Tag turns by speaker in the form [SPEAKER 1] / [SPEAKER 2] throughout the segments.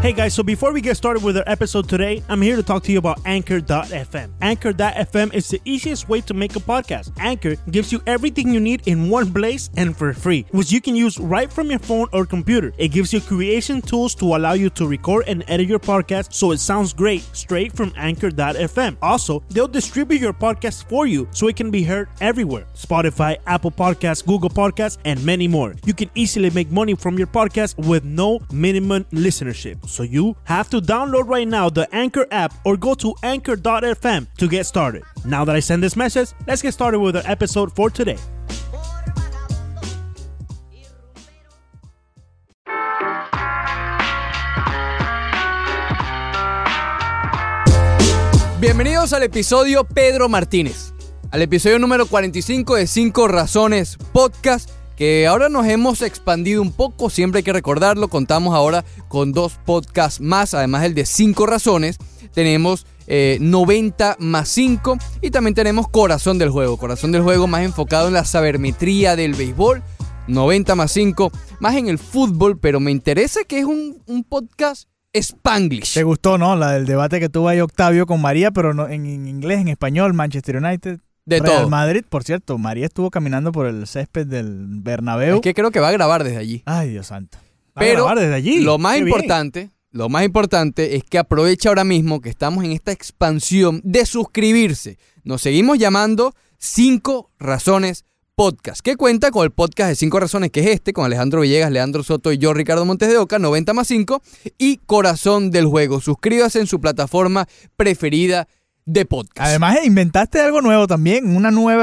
[SPEAKER 1] Hey guys, so before we get started with our episode today, I'm here to talk to you about Anchor.fm. Anchor.fm is the easiest way to make a podcast. Anchor gives you everything you need in one place and for free, which you can use right from your phone or computer. It gives you creation tools to allow you to record and edit your podcast so it sounds great straight from Anchor.fm. Also, they'll distribute your podcast for you so it can be heard everywhere Spotify, Apple Podcasts, Google Podcasts, and many more. You can easily make money from your podcast with no minimum listenership. So you have to download right now the Anchor app or go to anchor.fm to get started. Now that I send this message, let's get started with our episode for today.
[SPEAKER 2] Bienvenidos al episodio Pedro Martínez, al episodio número 45 de 5 Razones Podcast, que ahora nos hemos expandido un poco, siempre hay que recordarlo, contamos ahora con dos podcasts más, además del de 5 Razones, tenemos eh, 90 más 5 y también tenemos Corazón del Juego, Corazón del Juego más enfocado en la sabermetría del béisbol, 90 más 5, más en el fútbol, pero me interesa que es un, un podcast spanglish.
[SPEAKER 3] Te gustó, ¿no? La del debate que tuvo ahí Octavio con María, pero no, en, en inglés, en español, Manchester United.
[SPEAKER 2] De
[SPEAKER 3] Real
[SPEAKER 2] todo.
[SPEAKER 3] Madrid, por cierto, María estuvo caminando por el césped del Bernabéu.
[SPEAKER 2] Es que creo que va a grabar desde allí.
[SPEAKER 3] Ay, Dios santo.
[SPEAKER 2] Pero
[SPEAKER 1] Vamos a grabar desde allí.
[SPEAKER 2] Lo más
[SPEAKER 1] Qué bien.
[SPEAKER 2] importante, lo más importante es que aprovecha ahora mismo que estamos en esta expansión de suscribirse. Nos seguimos llamando Cinco Razones Podcast, que cuenta con el podcast de Cinco Razones, que es este, con Alejandro Villegas, Leandro Soto y yo, Ricardo Montes de Oca, 90 más 5, y Corazón del Juego. Suscríbase en su plataforma preferida de podcast.
[SPEAKER 3] Además, inventaste algo nuevo también, una nueva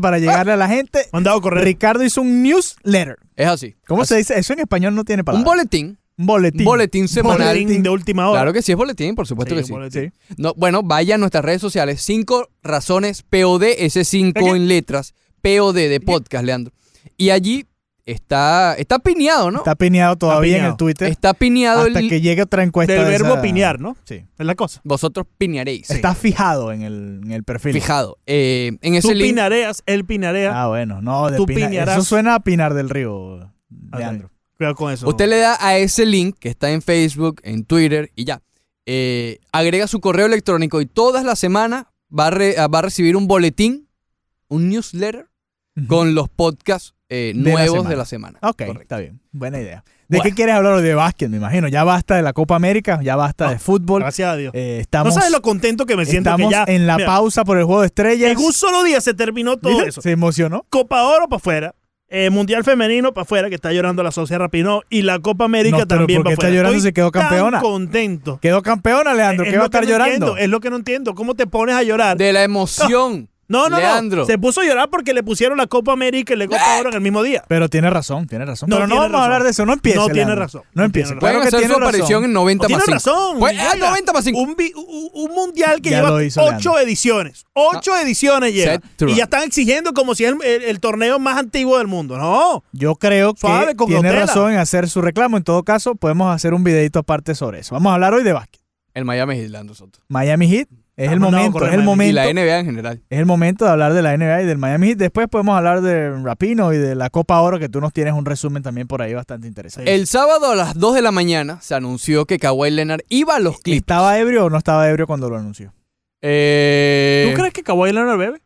[SPEAKER 3] para llegarle a la gente.
[SPEAKER 1] Mandado a correr.
[SPEAKER 3] Ricardo hizo un newsletter.
[SPEAKER 2] es así.
[SPEAKER 3] ¿Cómo
[SPEAKER 2] Así.
[SPEAKER 3] se dice? Eso en español no tiene
[SPEAKER 2] Un
[SPEAKER 3] palabra.
[SPEAKER 2] boletín.
[SPEAKER 3] Un boletín.
[SPEAKER 2] Un boletín semanal.
[SPEAKER 1] Boletín de última hora.
[SPEAKER 2] Claro que sí, es boletín, por supuesto que sí.
[SPEAKER 1] sí.
[SPEAKER 2] No, bueno, vaya a nuestras redes sociales. Cinco razones POD, ese 5
[SPEAKER 3] ¿Qué?
[SPEAKER 2] en letras, POD de podcast, Leandro. Y allí está, está pineado, ¿no?
[SPEAKER 3] Está pineado todavía
[SPEAKER 1] pineado.
[SPEAKER 3] en el Twitter.
[SPEAKER 2] Está pineado
[SPEAKER 3] hasta
[SPEAKER 2] el...
[SPEAKER 3] que llegue otra encuesta.
[SPEAKER 1] Del
[SPEAKER 3] de
[SPEAKER 1] verbo
[SPEAKER 3] esa-
[SPEAKER 1] opinar, ¿no?
[SPEAKER 3] Sí.
[SPEAKER 1] Es la cosa.
[SPEAKER 2] Vosotros pinearéis.
[SPEAKER 3] Está fijado en el, en el perfil.
[SPEAKER 2] Fijado. Eh, en
[SPEAKER 1] Tú
[SPEAKER 2] ese link...
[SPEAKER 1] pinareas, él pinarea.
[SPEAKER 3] Ah, bueno, no, de
[SPEAKER 1] Tú
[SPEAKER 3] Pinar-
[SPEAKER 1] piñarás.
[SPEAKER 3] Eso suena a Pinar del Río,
[SPEAKER 1] Ok.
[SPEAKER 3] Leandro.
[SPEAKER 1] Cuidado con eso.
[SPEAKER 2] Usted le da a ese link que está en Facebook, en Twitter y ya. Eh, agrega su correo electrónico y todas las semanas va a, re- ah, va a recibir un boletín, un newsletter con los podcasts eh,
[SPEAKER 3] De la
[SPEAKER 2] nuevos
[SPEAKER 3] semana.
[SPEAKER 2] de la semana.
[SPEAKER 3] Ok,
[SPEAKER 2] Correcto.
[SPEAKER 3] está bien. Buena idea. ¿De
[SPEAKER 2] Bueno.
[SPEAKER 3] qué quieres hablar hoy? de básquet? Me imagino. Ya basta de la Copa América, ya basta
[SPEAKER 1] No,
[SPEAKER 3] de fútbol.
[SPEAKER 1] Ah, Gracias a Dios.
[SPEAKER 3] Eh, estamos
[SPEAKER 1] no sabes lo contento que me siento
[SPEAKER 3] estamos
[SPEAKER 1] que ya.
[SPEAKER 3] en la
[SPEAKER 1] mira,
[SPEAKER 3] pausa por el juego de estrellas.
[SPEAKER 1] En un solo día se terminó todo
[SPEAKER 3] Mira,
[SPEAKER 1] eso.
[SPEAKER 3] Se emocionó.
[SPEAKER 1] Copa Oro para afuera. eh, Mundial Femenino para afuera, que está llorando la Sociedad Rapino. Y la Copa América
[SPEAKER 3] No, pero
[SPEAKER 1] también
[SPEAKER 3] ¿por
[SPEAKER 1] para
[SPEAKER 3] qué
[SPEAKER 1] afuera.
[SPEAKER 3] está llorando
[SPEAKER 1] Estoy
[SPEAKER 3] si quedó campeona?
[SPEAKER 1] Tan contento.
[SPEAKER 3] Quedó campeona, Leandro.
[SPEAKER 1] Es
[SPEAKER 3] ¿Qué va
[SPEAKER 1] lo
[SPEAKER 3] a estar
[SPEAKER 1] que Eh, no
[SPEAKER 3] llorando?
[SPEAKER 1] entiendo, es lo que no entiendo. ¿Cómo te pones a llorar?
[SPEAKER 2] De la emoción.
[SPEAKER 1] no, no,
[SPEAKER 2] Leandro.
[SPEAKER 1] no. Se puso a llorar porque le pusieron la Copa América y la Copa Oro en el mismo día.
[SPEAKER 3] Pero tiene razón, tiene razón.
[SPEAKER 1] No
[SPEAKER 3] Pero no
[SPEAKER 1] tiene
[SPEAKER 3] vamos a hablar
[SPEAKER 1] razón.
[SPEAKER 3] de eso. No empiece.
[SPEAKER 1] No tiene
[SPEAKER 3] Leandro.
[SPEAKER 1] razón.
[SPEAKER 3] No
[SPEAKER 1] No
[SPEAKER 3] empiece.
[SPEAKER 1] tiene
[SPEAKER 2] Pueden
[SPEAKER 3] Claro que
[SPEAKER 2] hacer
[SPEAKER 3] tiene
[SPEAKER 2] su aparición
[SPEAKER 3] razón.
[SPEAKER 2] en 90
[SPEAKER 1] Tiene
[SPEAKER 2] más 5.
[SPEAKER 1] razón.
[SPEAKER 2] Pues, ah,
[SPEAKER 1] Villegas.
[SPEAKER 2] 90 más 5.
[SPEAKER 1] Un, vi- u- u- un mundial que
[SPEAKER 3] Ya
[SPEAKER 1] lleva
[SPEAKER 3] lo hizo,
[SPEAKER 1] ocho
[SPEAKER 3] Leandro.
[SPEAKER 1] ediciones. Ocho ediciones lleva.
[SPEAKER 2] Set to
[SPEAKER 1] Y
[SPEAKER 2] run.
[SPEAKER 1] ya están exigiendo como si es el, el- el torneo más antiguo del mundo. No.
[SPEAKER 3] Yo creo que
[SPEAKER 1] Suave, con
[SPEAKER 3] tiene
[SPEAKER 1] cautela.
[SPEAKER 3] razón en hacer su reclamo. En todo caso, podemos hacer un videito aparte sobre eso. Vamos a hablar hoy de básquet.
[SPEAKER 2] El Miami Heat, Leandro Soto.
[SPEAKER 3] Miami Heat es el
[SPEAKER 1] Vámonos
[SPEAKER 3] momento,
[SPEAKER 1] con el
[SPEAKER 3] es el
[SPEAKER 1] Miami
[SPEAKER 2] Y
[SPEAKER 3] momento,
[SPEAKER 2] la NBA en general.
[SPEAKER 3] es el momento de hablar de la NBA y del Miami Heat. Después podemos hablar de Rapino y de la Copa Oro, que tú nos tienes un resumen también por ahí bastante interesante.
[SPEAKER 2] El sábado a las 2 de la mañana se anunció que Kawhi Leonard iba a los Clippers.
[SPEAKER 3] ¿Estaba ebrio o no estaba ebrio cuando lo anunció?
[SPEAKER 2] Eh,
[SPEAKER 1] ¿Tú crees que Kawhi Leonard bebe?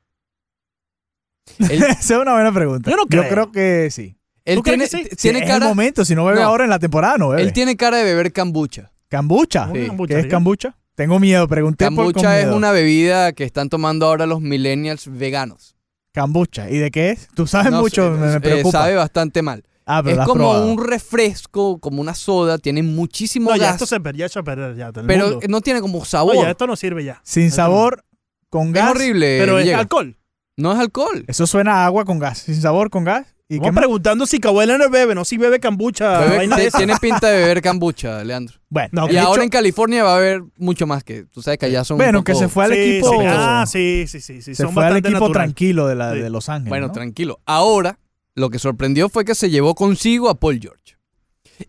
[SPEAKER 2] Él,
[SPEAKER 3] Esa es una buena pregunta.
[SPEAKER 1] Yo no creo.
[SPEAKER 3] que sí.
[SPEAKER 2] él
[SPEAKER 1] ¿Tú
[SPEAKER 2] tiene,
[SPEAKER 1] crees que sí?
[SPEAKER 2] tiene
[SPEAKER 3] Sí, es el
[SPEAKER 2] cara,
[SPEAKER 3] momento, eh. si no bebe
[SPEAKER 2] No.
[SPEAKER 3] ahora en la temporada, no bebe.
[SPEAKER 2] él tiene cara de beber kombucha.
[SPEAKER 3] Cambucha.
[SPEAKER 1] Una
[SPEAKER 2] Sí.
[SPEAKER 1] kombucha,
[SPEAKER 3] ¿Qué es
[SPEAKER 1] ya.
[SPEAKER 3] cambucha? Tengo miedo, pregunté por con
[SPEAKER 2] Kombucha es
[SPEAKER 3] miedo.
[SPEAKER 2] una bebida que están tomando ahora los millennials veganos.
[SPEAKER 3] Cambucha. ¿Y de qué Ah, es? Tú sabes
[SPEAKER 2] No
[SPEAKER 3] mucho,
[SPEAKER 2] sé,
[SPEAKER 3] me, me
[SPEAKER 2] eh,
[SPEAKER 3] preocupa.
[SPEAKER 2] sabe bastante mal.
[SPEAKER 3] ah, pero
[SPEAKER 2] es
[SPEAKER 3] la has
[SPEAKER 2] como
[SPEAKER 3] probado.
[SPEAKER 2] un refresco, como una soda, tiene muchísimo
[SPEAKER 1] No, ya
[SPEAKER 2] gas,
[SPEAKER 1] esto se perdió, ya se perdió, ya, del
[SPEAKER 2] pero eh,
[SPEAKER 1] mundo.
[SPEAKER 2] no tiene como
[SPEAKER 1] No,
[SPEAKER 2] sabor.
[SPEAKER 1] ya esto no sirve ya.
[SPEAKER 3] Sin
[SPEAKER 1] Esto no.
[SPEAKER 3] sabor, con
[SPEAKER 2] es
[SPEAKER 3] gas.
[SPEAKER 2] horrible.
[SPEAKER 1] Pero es
[SPEAKER 2] Villegas.
[SPEAKER 1] alcohol.
[SPEAKER 2] No es alcohol.
[SPEAKER 3] Eso suena a agua con gas. Sin sabor, con gas. ¿Y qué
[SPEAKER 1] Vamos
[SPEAKER 3] más?
[SPEAKER 1] preguntando si Kawhi Leonard bebe, no si bebe kombucha.
[SPEAKER 2] Bebe-
[SPEAKER 1] Ah, vaina
[SPEAKER 2] te-
[SPEAKER 1] de esa. Ah,
[SPEAKER 2] tiene pinta de beber kombucha, Leandro.
[SPEAKER 3] Bueno,
[SPEAKER 1] No,
[SPEAKER 3] el
[SPEAKER 2] y
[SPEAKER 3] hecho-
[SPEAKER 2] ahora en California va a haber mucho más que. Tú sabes que allá son. un
[SPEAKER 3] bueno,
[SPEAKER 2] poco-
[SPEAKER 3] que se fue al
[SPEAKER 1] Sí,
[SPEAKER 3] equipo.
[SPEAKER 1] sí, ah, sí, sí, sí. sí,
[SPEAKER 3] se
[SPEAKER 1] son
[SPEAKER 3] fue al
[SPEAKER 1] bastante
[SPEAKER 3] equipo
[SPEAKER 1] natural.
[SPEAKER 3] tranquilo de, la,
[SPEAKER 1] Sí.
[SPEAKER 3] de Los Ángeles.
[SPEAKER 2] Bueno,
[SPEAKER 3] ¿no?
[SPEAKER 2] tranquilo. Ahora, lo que sorprendió fue que se llevó consigo a Paul George.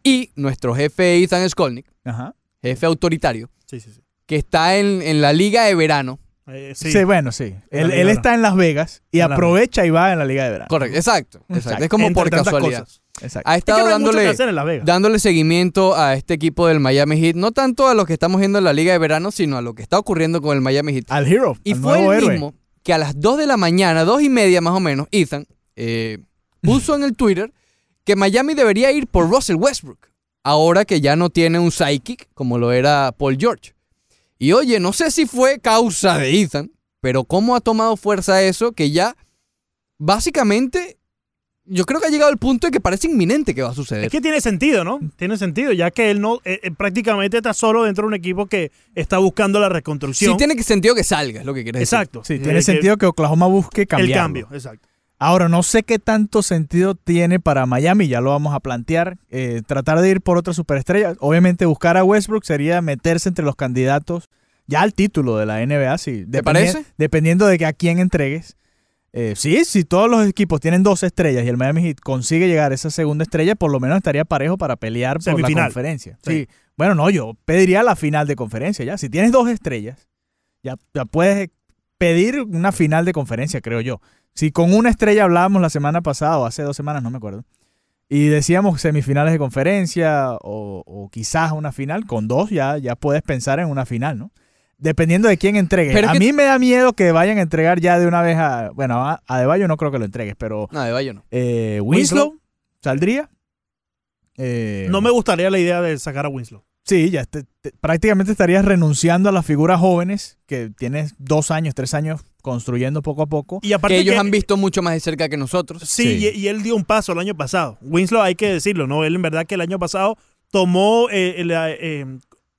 [SPEAKER 2] Y nuestro jefe Ethan Skolnick,
[SPEAKER 3] Ajá.
[SPEAKER 2] jefe autoritario,
[SPEAKER 1] Sí, sí, sí.
[SPEAKER 2] que está en, en la liga de verano,
[SPEAKER 1] Eh, sí.
[SPEAKER 3] Sí, bueno, sí. Él,
[SPEAKER 1] la
[SPEAKER 3] él
[SPEAKER 1] Liga
[SPEAKER 3] está en Las Vegas y
[SPEAKER 1] En la
[SPEAKER 3] aprovecha y va en la Liga de Verano.
[SPEAKER 2] Correcto, exacto. exacto. Es como
[SPEAKER 1] Entre
[SPEAKER 2] por
[SPEAKER 1] tantas
[SPEAKER 2] casualidad.
[SPEAKER 1] cosas.
[SPEAKER 3] Exacto.
[SPEAKER 2] Ha
[SPEAKER 1] Es que no
[SPEAKER 2] estado
[SPEAKER 1] hay mucho que
[SPEAKER 2] dándole,
[SPEAKER 1] hacer en Las Vegas.
[SPEAKER 2] dándole seguimiento a este equipo del Miami Heat, no tanto a lo que estamos viendo en la Liga de Verano, sino a lo que está ocurriendo con el Miami Heat.
[SPEAKER 3] Al Hero.
[SPEAKER 2] Y
[SPEAKER 3] al
[SPEAKER 2] fue
[SPEAKER 3] nuevo
[SPEAKER 2] el
[SPEAKER 3] héroe.
[SPEAKER 2] mismo que a las 2 de la mañana, 2 y media más o menos, Ethan eh, puso en el Twitter que Miami debería ir por Russell Westbrook, ahora que ya no tiene un psychic como lo era Paul George. Y oye, no sé si fue causa de Ethan, pero cómo ha tomado fuerza eso que ya básicamente yo creo que ha llegado el punto de que parece inminente que va a
[SPEAKER 1] Es
[SPEAKER 2] suceder.
[SPEAKER 1] que tiene sentido, ¿no? Tiene sentido, ya que él no eh, eh, prácticamente está solo dentro de un equipo que está buscando la reconstrucción.
[SPEAKER 2] Sí tiene que sentido que salga, es lo que quieres decir.
[SPEAKER 1] Exacto.
[SPEAKER 3] Sí,
[SPEAKER 1] Eh,
[SPEAKER 3] tiene
[SPEAKER 1] que
[SPEAKER 3] sentido que Oklahoma busque
[SPEAKER 1] El
[SPEAKER 3] cambiar.
[SPEAKER 1] cambio, exacto.
[SPEAKER 3] Ahora, no sé qué tanto sentido tiene para Miami, ya lo vamos a plantear. eh, tratar de ir por otra superestrella. Obviamente, buscar a Westbrook sería meterse entre los candidatos ya al título de la NBA, sí. Dependi-
[SPEAKER 2] parece?
[SPEAKER 3] Dependiendo de que a quién entregues. Eh, sí, si todos los equipos tienen dos estrellas y el Miami Heat consigue llegar a esa segunda estrella, por lo menos estaría parejo para pelear por la
[SPEAKER 1] Semifinal.
[SPEAKER 3] conferencia.
[SPEAKER 1] Sí.
[SPEAKER 3] Sí. Bueno, no, yo pediría la final de conferencia ya. Si tienes dos estrellas, ya, ya puedes pedir una final de conferencia, creo yo. Si con una estrella hablábamos la semana pasada o hace dos semanas, no me acuerdo, y decíamos semifinales de conferencia o, o quizás una final, con dos ya, ya puedes pensar en una final, ¿no? Dependiendo de quién entregue.
[SPEAKER 2] Pero es
[SPEAKER 3] a
[SPEAKER 2] que-
[SPEAKER 3] mí me da miedo que vayan a entregar ya de una vez a... Bueno, a, a De Bayo no creo que lo entregues, pero
[SPEAKER 2] No, de Bayo no.
[SPEAKER 3] eh,
[SPEAKER 1] Winslow.
[SPEAKER 3] Winslow, saldría. Eh,
[SPEAKER 1] No me gustaría la idea de sacar a Winslow.
[SPEAKER 3] Sí, ya te- te- prácticamente estarías renunciando a las figuras jóvenes que tienes dos años, tres años construyendo poco a poco.
[SPEAKER 1] Y aparte
[SPEAKER 2] Que ellos
[SPEAKER 1] que-
[SPEAKER 2] han visto mucho más de cerca que nosotros.
[SPEAKER 1] Sí,
[SPEAKER 3] Sí.
[SPEAKER 1] Y, y él dio un paso el año pasado. Winslow, hay que decirlo, ¿no? Él en verdad que el año pasado tomó eh, el, eh,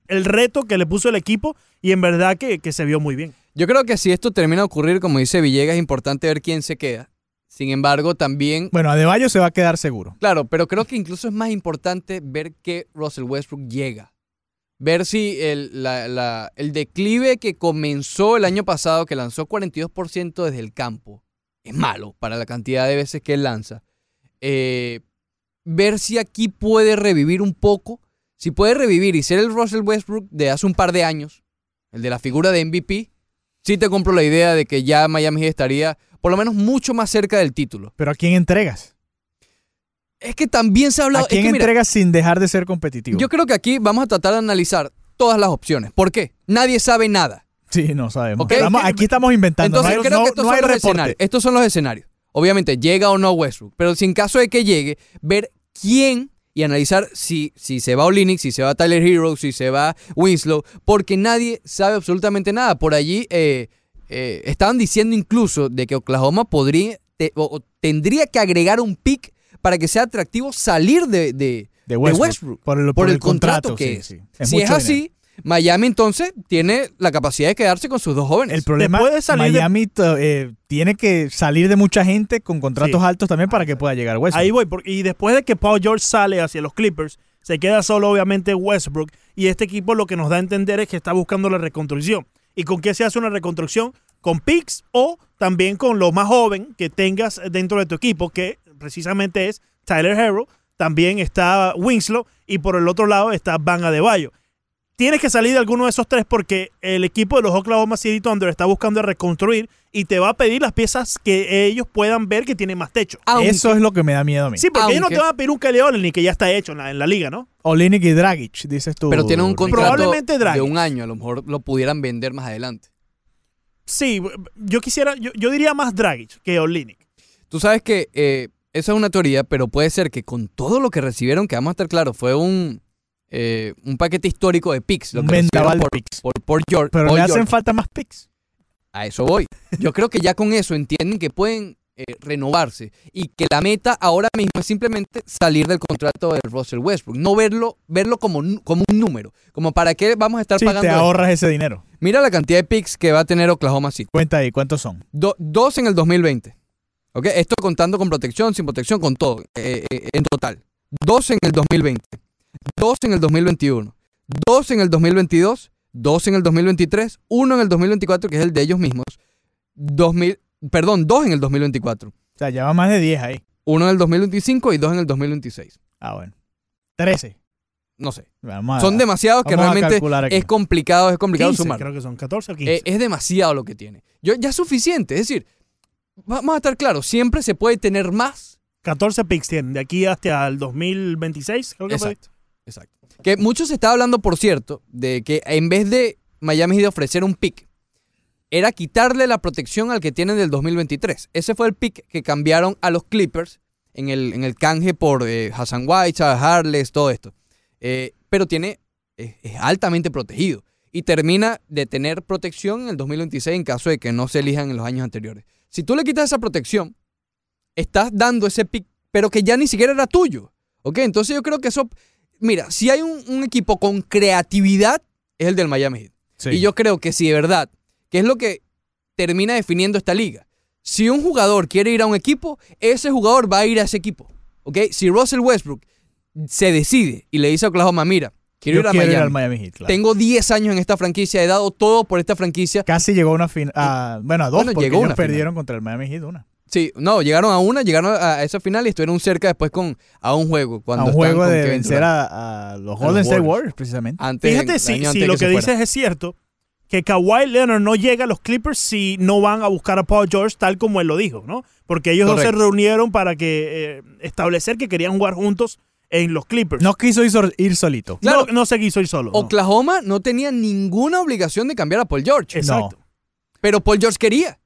[SPEAKER 1] el reto que le puso el equipo y en verdad que, que se vio muy bien.
[SPEAKER 2] Yo creo que si esto termina de ocurrir, como dice Villegas, es importante ver quién se queda. Sin embargo, también,
[SPEAKER 3] Bueno, Adebayo se va a quedar seguro.
[SPEAKER 2] claro, pero creo que incluso es más importante ver que Russell Westbrook llega. Ver si el, la- la- el declive que comenzó el año pasado, que lanzó 42% desde el campo, es malo para la cantidad de veces que él lanza. Eh, ver si aquí puede revivir un poco, si puede revivir y ser el Russell Westbrook de hace un par de años, el de la figura de MVP, sí te compro la idea de que ya Miami Heat estaría por lo menos mucho más cerca del título.
[SPEAKER 3] Pero ¿a quién entregas?
[SPEAKER 2] Es que también se ha hablado...
[SPEAKER 3] ¿A quién
[SPEAKER 2] es que mira,
[SPEAKER 3] entregas sin dejar de ser competitivo?
[SPEAKER 2] yo creo que aquí vamos a tratar de analizar todas las opciones. ¿Por qué? Nadie sabe nada.
[SPEAKER 3] sí, no sabemos.
[SPEAKER 2] Ok.
[SPEAKER 3] Estamos- aquí estamos inventando.
[SPEAKER 2] Entonces
[SPEAKER 3] no hay,
[SPEAKER 2] creo
[SPEAKER 3] no-
[SPEAKER 2] que estos
[SPEAKER 3] no
[SPEAKER 2] son
[SPEAKER 3] hay
[SPEAKER 2] los escenarios.
[SPEAKER 3] reporte.
[SPEAKER 2] Estos son los escenarios. Obviamente, llega o no Westbrook. Pero si en caso de que llegue, ver quién y analizar si, si se va Olinick, si se va Tyler Hero, si se va Winslow, porque nadie sabe absolutamente nada. Por allí eh, eh, estaban diciendo incluso de que Oklahoma podría te- o- o tendría que agregar un pick para que sea atractivo salir de- de,
[SPEAKER 3] De Westbrook.
[SPEAKER 2] Westbrook.
[SPEAKER 3] Por el, por el contrato,
[SPEAKER 2] que
[SPEAKER 3] sí,
[SPEAKER 2] es.
[SPEAKER 3] sí.
[SPEAKER 2] Si
[SPEAKER 3] mucho
[SPEAKER 2] es
[SPEAKER 3] dinero.
[SPEAKER 2] así, Miami entonces tiene la capacidad de quedarse con sus dos jóvenes.
[SPEAKER 3] El problema
[SPEAKER 1] puede salir de-
[SPEAKER 3] Miami t- eh, tiene que salir de mucha gente con contratos
[SPEAKER 1] Sí.
[SPEAKER 3] altos también para
[SPEAKER 2] Ah,
[SPEAKER 3] que pueda llegar Westbrook.
[SPEAKER 1] Ahí voy. por- Y después de que Paul George sale hacia los Clippers, se queda solo obviamente Westbrook. Y este equipo lo que nos da a entender es que está buscando la reconstrucción. ¿Y con qué se hace una reconstrucción? Con picks o también con lo más joven que tengas dentro de tu equipo, que precisamente es Tyler Harrow. También está Winslow y por el otro lado está Van Adebayo. Tienes que salir de alguno de esos tres porque el equipo de los Oklahoma City Thunder está buscando reconstruir y te va a pedir las piezas que ellos puedan ver que tienen más techo.
[SPEAKER 2] Aunque-
[SPEAKER 3] Eso es lo que me da miedo a mí.
[SPEAKER 1] Sí, porque ellos no
[SPEAKER 2] Aunque-
[SPEAKER 1] te van a pedir un Kelly Olenek que ya está hecho en la, en la liga, ¿no?
[SPEAKER 3] Olinik y Dragic, dices tú.
[SPEAKER 2] Pero tiene un
[SPEAKER 3] Ricardo.
[SPEAKER 2] contrato
[SPEAKER 1] Probablemente Dragic.
[SPEAKER 2] de un año, a lo mejor lo pudieran vender más adelante.
[SPEAKER 1] Sí, yo quisiera, yo, yo diría más Dragic que Olenek.
[SPEAKER 2] Tú sabes que eh, esa es una teoría, pero puede ser que con todo lo que recibieron, que vamos a estar claros, fue un, eh, un paquete histórico de picks. Lo
[SPEAKER 3] Un
[SPEAKER 2] que recibieron
[SPEAKER 3] vendaval de
[SPEAKER 2] por,
[SPEAKER 3] picks.
[SPEAKER 2] por, por George.
[SPEAKER 3] Pero
[SPEAKER 2] Paul
[SPEAKER 3] le hacen
[SPEAKER 2] George.
[SPEAKER 3] falta más picks.
[SPEAKER 2] A eso voy. Yo creo que ya con eso entienden que pueden eh, renovarse y que la meta ahora mismo es simplemente salir del contrato de Russell Westbrook. No verlo, verlo como, un- como un número. Como para qué vamos a estar
[SPEAKER 3] Sí,
[SPEAKER 2] pagando.
[SPEAKER 3] te
[SPEAKER 2] esto.
[SPEAKER 3] ahorras ese dinero.
[SPEAKER 2] Mira la cantidad de picks que va a tener Oklahoma City.
[SPEAKER 3] Cuenta ahí, ¿cuántos son?
[SPEAKER 2] Do- dos en el 2020. ¿Ok? Esto contando con protección, sin protección, con todo. eh, eh, en total. Dos en el 2020. Dos en el 2021. Dos en el 2022. Dos en el 2023. Uno en el 2024, que es el de ellos mismos. Dos mil- perdón, dos en el 2024.
[SPEAKER 3] O sea, ya va más de 10 ahí.
[SPEAKER 2] Uno en el 2025 y dos en el 2026.
[SPEAKER 3] Ah, bueno. 13.
[SPEAKER 2] no sé.
[SPEAKER 3] Vamos a-
[SPEAKER 2] Son demasiados que
[SPEAKER 3] vamos a
[SPEAKER 2] realmente
[SPEAKER 3] calcular aquí.
[SPEAKER 2] es complicado, es complicado
[SPEAKER 1] 15,
[SPEAKER 2] sumar.
[SPEAKER 1] creo que son 14 o 15.
[SPEAKER 2] Eh, es demasiado lo que tiene. Yo, ya es suficiente. Es decir, va- vamos a estar claros, siempre se puede tener más.
[SPEAKER 1] 14 picks tienen de aquí hasta el 2026. Creo que
[SPEAKER 2] Exacto. Exacto. Que mucho se está hablando, por cierto, de que en vez de Miami de ofrecer un pick, era quitarle la protección al que tienen del 2023. Ese fue el pick que cambiaron a los Clippers en el, en el canje por eh, Hassan Whiteside, Harless, todo esto. Eh, pero tiene, es- es altamente protegido. Y termina de tener protección en el 2026 en caso de que no se elijan en los años anteriores. Si tú le quitas esa protección, estás dando ese pick, pero que ya ni siquiera era tuyo. ¿Ok? Entonces yo creo que eso. Mira, si hay un, un equipo con creatividad, es el del Miami Heat.
[SPEAKER 3] Sí.
[SPEAKER 2] Y yo creo que sí, de verdad, que es lo que termina definiendo esta liga. Si un jugador quiere ir a un equipo, ese jugador va a ir a ese equipo. ¿Ok? Si Russell Westbrook se decide y le dice a Oklahoma, mira, quiero
[SPEAKER 3] Yo
[SPEAKER 2] ir a
[SPEAKER 3] quiero
[SPEAKER 2] Miami.
[SPEAKER 3] ir al Miami Heat. claro.
[SPEAKER 2] Tengo 10 años en esta franquicia, he dado todo por esta franquicia.
[SPEAKER 3] Casi llegó a una final. Bueno, a dos,
[SPEAKER 2] Bueno,
[SPEAKER 3] porque
[SPEAKER 2] llegó
[SPEAKER 3] ellos
[SPEAKER 2] una final.
[SPEAKER 3] perdieron contra el Miami Heat una.
[SPEAKER 2] Sí, no, llegaron a una, llegaron a esa final y estuvieron cerca después con a un juego. Cuando
[SPEAKER 3] a un
[SPEAKER 2] están
[SPEAKER 3] juego
[SPEAKER 2] con
[SPEAKER 3] de
[SPEAKER 2] Kevin
[SPEAKER 3] vencer
[SPEAKER 2] Durant.
[SPEAKER 3] a, a
[SPEAKER 2] A
[SPEAKER 3] los
[SPEAKER 2] los
[SPEAKER 3] Golden State
[SPEAKER 2] Warriors.
[SPEAKER 3] Warriors, precisamente.
[SPEAKER 2] Antes,
[SPEAKER 1] Fíjate
[SPEAKER 2] el
[SPEAKER 1] si,
[SPEAKER 2] año
[SPEAKER 1] si
[SPEAKER 2] antes
[SPEAKER 1] lo
[SPEAKER 2] que se
[SPEAKER 1] que
[SPEAKER 2] fuera.
[SPEAKER 1] dices es cierto, que Kawhi Leonard no llega a los Clippers si no van a buscar a Paul George tal como él lo dijo, ¿no? Porque ellos dos se
[SPEAKER 2] Correcto.
[SPEAKER 1] reunieron para que eh, establecer que querían jugar juntos en los
[SPEAKER 2] Ah,
[SPEAKER 1] Clippers.
[SPEAKER 3] No quiso ir, sol- ir solito.
[SPEAKER 2] Claro.
[SPEAKER 1] no, no se quiso ir solo. no.
[SPEAKER 2] Oklahoma no tenía ninguna obligación de cambiar a Paul George,
[SPEAKER 1] Exacto.
[SPEAKER 2] pero Paul George quería.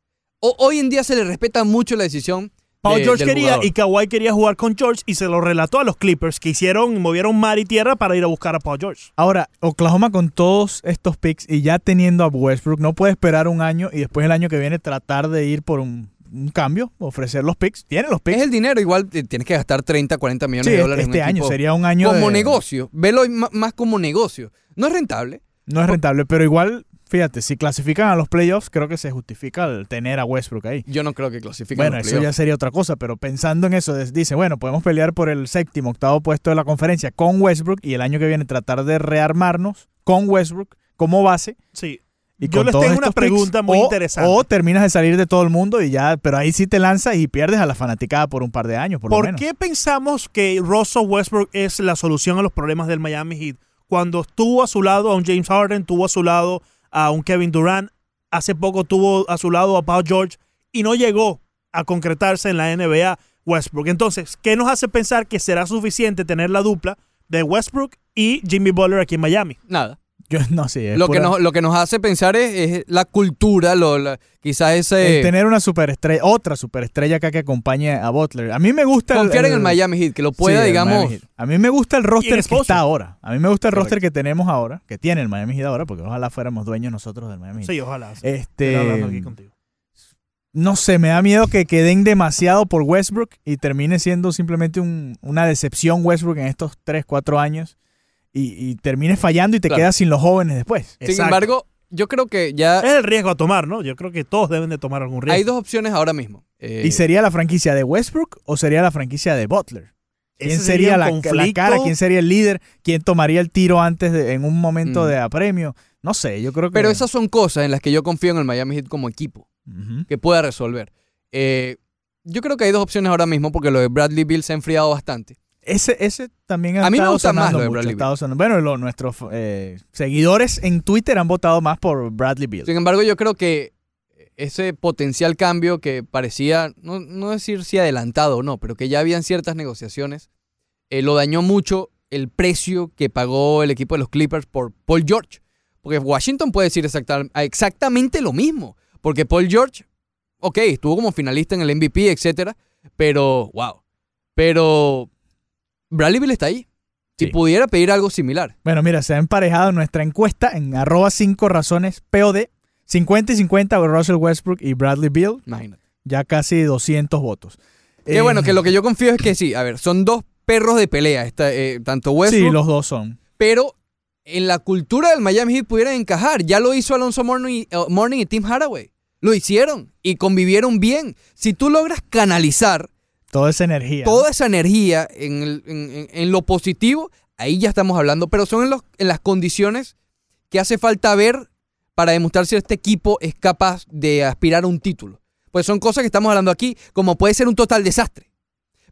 [SPEAKER 2] O- hoy en día se le respeta mucho la decisión.
[SPEAKER 1] Paul
[SPEAKER 2] de-
[SPEAKER 1] George
[SPEAKER 2] del
[SPEAKER 1] quería
[SPEAKER 2] jugador.
[SPEAKER 1] y Kawhi quería jugar con George y se lo relató a los Clippers que hicieron, movieron mar y tierra para ir a buscar a Paul George.
[SPEAKER 3] Ahora, Oklahoma con todos estos picks y ya teniendo a Westbrook, no puede esperar un año y después el año que viene tratar de ir por un, un cambio, ofrecer los picks. Tiene los picks.
[SPEAKER 2] Es el dinero, igual eh, tienes que gastar 30, 40 millones
[SPEAKER 3] Sí,
[SPEAKER 2] de
[SPEAKER 3] este
[SPEAKER 2] dólares en un
[SPEAKER 3] año
[SPEAKER 2] equipo.
[SPEAKER 3] sería un año
[SPEAKER 2] Como
[SPEAKER 3] de-
[SPEAKER 2] negocio, velo ma- más como negocio. No es rentable.
[SPEAKER 3] No es rentable, pero igual, fíjate, si clasifican a los playoffs, creo que se justifica el tener a Westbrook ahí.
[SPEAKER 2] Yo no creo que clasifiquen
[SPEAKER 3] Bueno,
[SPEAKER 2] los
[SPEAKER 3] eso ya
[SPEAKER 2] playoffs.
[SPEAKER 3] sería otra cosa, pero pensando en eso, des- dice, bueno, podemos pelear por el séptimo, octavo puesto de la conferencia con Westbrook y el año que viene tratar de rearmarnos con Westbrook como base.
[SPEAKER 1] Sí.
[SPEAKER 3] Y
[SPEAKER 1] Yo
[SPEAKER 3] con
[SPEAKER 1] les
[SPEAKER 3] todos
[SPEAKER 1] tengo una
[SPEAKER 3] estos picks,
[SPEAKER 1] pregunta muy
[SPEAKER 3] o-
[SPEAKER 1] interesante.
[SPEAKER 3] O terminas de salir de todo el mundo y ya, pero ahí sí te lanzas y pierdes a la fanaticada por un par de años, por,
[SPEAKER 1] ¿Por
[SPEAKER 3] lo menos.
[SPEAKER 1] qué pensamos que Russell Westbrook es la solución a los problemas del Miami Heat? Cuando tuvo a su lado a un James Harden, tuvo a su lado a un Kevin Durant, hace poco tuvo a su lado a Paul George y no llegó a concretarse en la NBA Westbrook. Entonces, ¿qué nos hace pensar que será suficiente tener la dupla de Westbrook y Jimmy Butler aquí en Miami?
[SPEAKER 2] Nada.
[SPEAKER 3] Yo no sé. es
[SPEAKER 2] Lo que,
[SPEAKER 3] pura-
[SPEAKER 2] nos, lo que nos hace pensar es, es la cultura, lo, la- quizás ese...
[SPEAKER 3] el tener una superestrella, otra superestrella acá que acompañe a Butler. A mí me gusta
[SPEAKER 2] confiar en el Miami Heat, que lo
[SPEAKER 3] sí,
[SPEAKER 2] pueda,
[SPEAKER 3] el Miami
[SPEAKER 2] digamos...
[SPEAKER 3] Heat. A mí me gusta el
[SPEAKER 1] Y en
[SPEAKER 3] roster que
[SPEAKER 1] Esposo.
[SPEAKER 3] está ahora. A mí me gusta el
[SPEAKER 2] Correcto.
[SPEAKER 3] roster que tenemos ahora, que tiene el Miami Heat ahora, porque ojalá fuéramos dueños nosotros del Miami Heat.
[SPEAKER 1] Sí, ojalá. sí. Estoy hablando aquí
[SPEAKER 3] Este,
[SPEAKER 1] contigo.
[SPEAKER 3] no sé, me da miedo que queden demasiado por Westbrook y termine siendo simplemente un- una decepción Westbrook en estos 3, 4 años y, y termine fallando y te
[SPEAKER 2] Claro.
[SPEAKER 3] quedas sin los jóvenes después.
[SPEAKER 2] Sin
[SPEAKER 1] Exacto.
[SPEAKER 2] embargo, yo creo que
[SPEAKER 3] Ah,
[SPEAKER 2] ya
[SPEAKER 1] es el riesgo a tomar, ¿no? Yo creo que todos deben de tomar algún riesgo.
[SPEAKER 2] hay dos opciones ahora mismo. Eh,
[SPEAKER 3] ¿Y sería la franquicia de Westbrook o sería la franquicia de Butler? ¿Quién
[SPEAKER 1] Ese
[SPEAKER 3] sería,
[SPEAKER 1] un
[SPEAKER 3] la, la cara?
[SPEAKER 1] conflicto.
[SPEAKER 3] ¿Quién sería el líder? ¿Quién tomaría el tiro antes de, en un momento
[SPEAKER 2] Mm.
[SPEAKER 3] de apremio? No sé, yo creo que...
[SPEAKER 2] pero esas son cosas en las que yo confío en el Miami Heat como equipo,
[SPEAKER 3] Ujú.
[SPEAKER 2] que pueda resolver. Eh, yo creo que hay dos opciones ahora mismo porque lo de Bradley Bill se ha enfriado bastante.
[SPEAKER 3] Ese, ese también ha
[SPEAKER 2] A mí me
[SPEAKER 3] estado
[SPEAKER 2] gusta más
[SPEAKER 3] sonando
[SPEAKER 2] lo de
[SPEAKER 3] mucho,
[SPEAKER 2] Bradley
[SPEAKER 3] ha estado sonando- Bueno, lo- nuestros eh, seguidores en Twitter han votado más por Bradley Beal.
[SPEAKER 2] Sin embargo, yo creo que ese potencial cambio que parecía, no, no decir si adelantado o no, pero que ya habían ciertas negociaciones, eh, lo dañó mucho el precio que pagó el equipo de los Clippers por Paul George. Porque Washington puede decir exacta- exactamente lo mismo. Porque Paul George, ok, estuvo como finalista en el MVP, etcétera, pero wow. Pero Bradley Beal está ahí. Si
[SPEAKER 3] Sí.
[SPEAKER 2] pudiera pedir algo similar.
[SPEAKER 3] Bueno, mira, se ha emparejado nuestra encuesta en arroba 5 razones POD. 50 y 50 Russell Westbrook y Bradley Beal,
[SPEAKER 2] Imagínate.
[SPEAKER 3] ya casi 200 votos.
[SPEAKER 2] Qué
[SPEAKER 3] Eh,
[SPEAKER 2] bueno, que lo que yo confío es que sí. A ver, son dos perros de pelea, esta, eh, tanto Westbrook,
[SPEAKER 3] Sí, los dos son.
[SPEAKER 2] pero en la cultura del Miami Heat pudieran encajar. Ya lo hizo Alonso Morning, eh, Morning y Tim Haraway. Lo hicieron y convivieron bien. Si tú logras canalizar
[SPEAKER 3] Toda esa energía.
[SPEAKER 2] toda esa energía en, el- en- en- en lo positivo, ahí ya estamos hablando, pero son en, los- en las condiciones que hace falta ver para demostrar si este equipo es capaz de aspirar a un título. Pues son cosas que estamos hablando aquí, como puede ser un total desastre.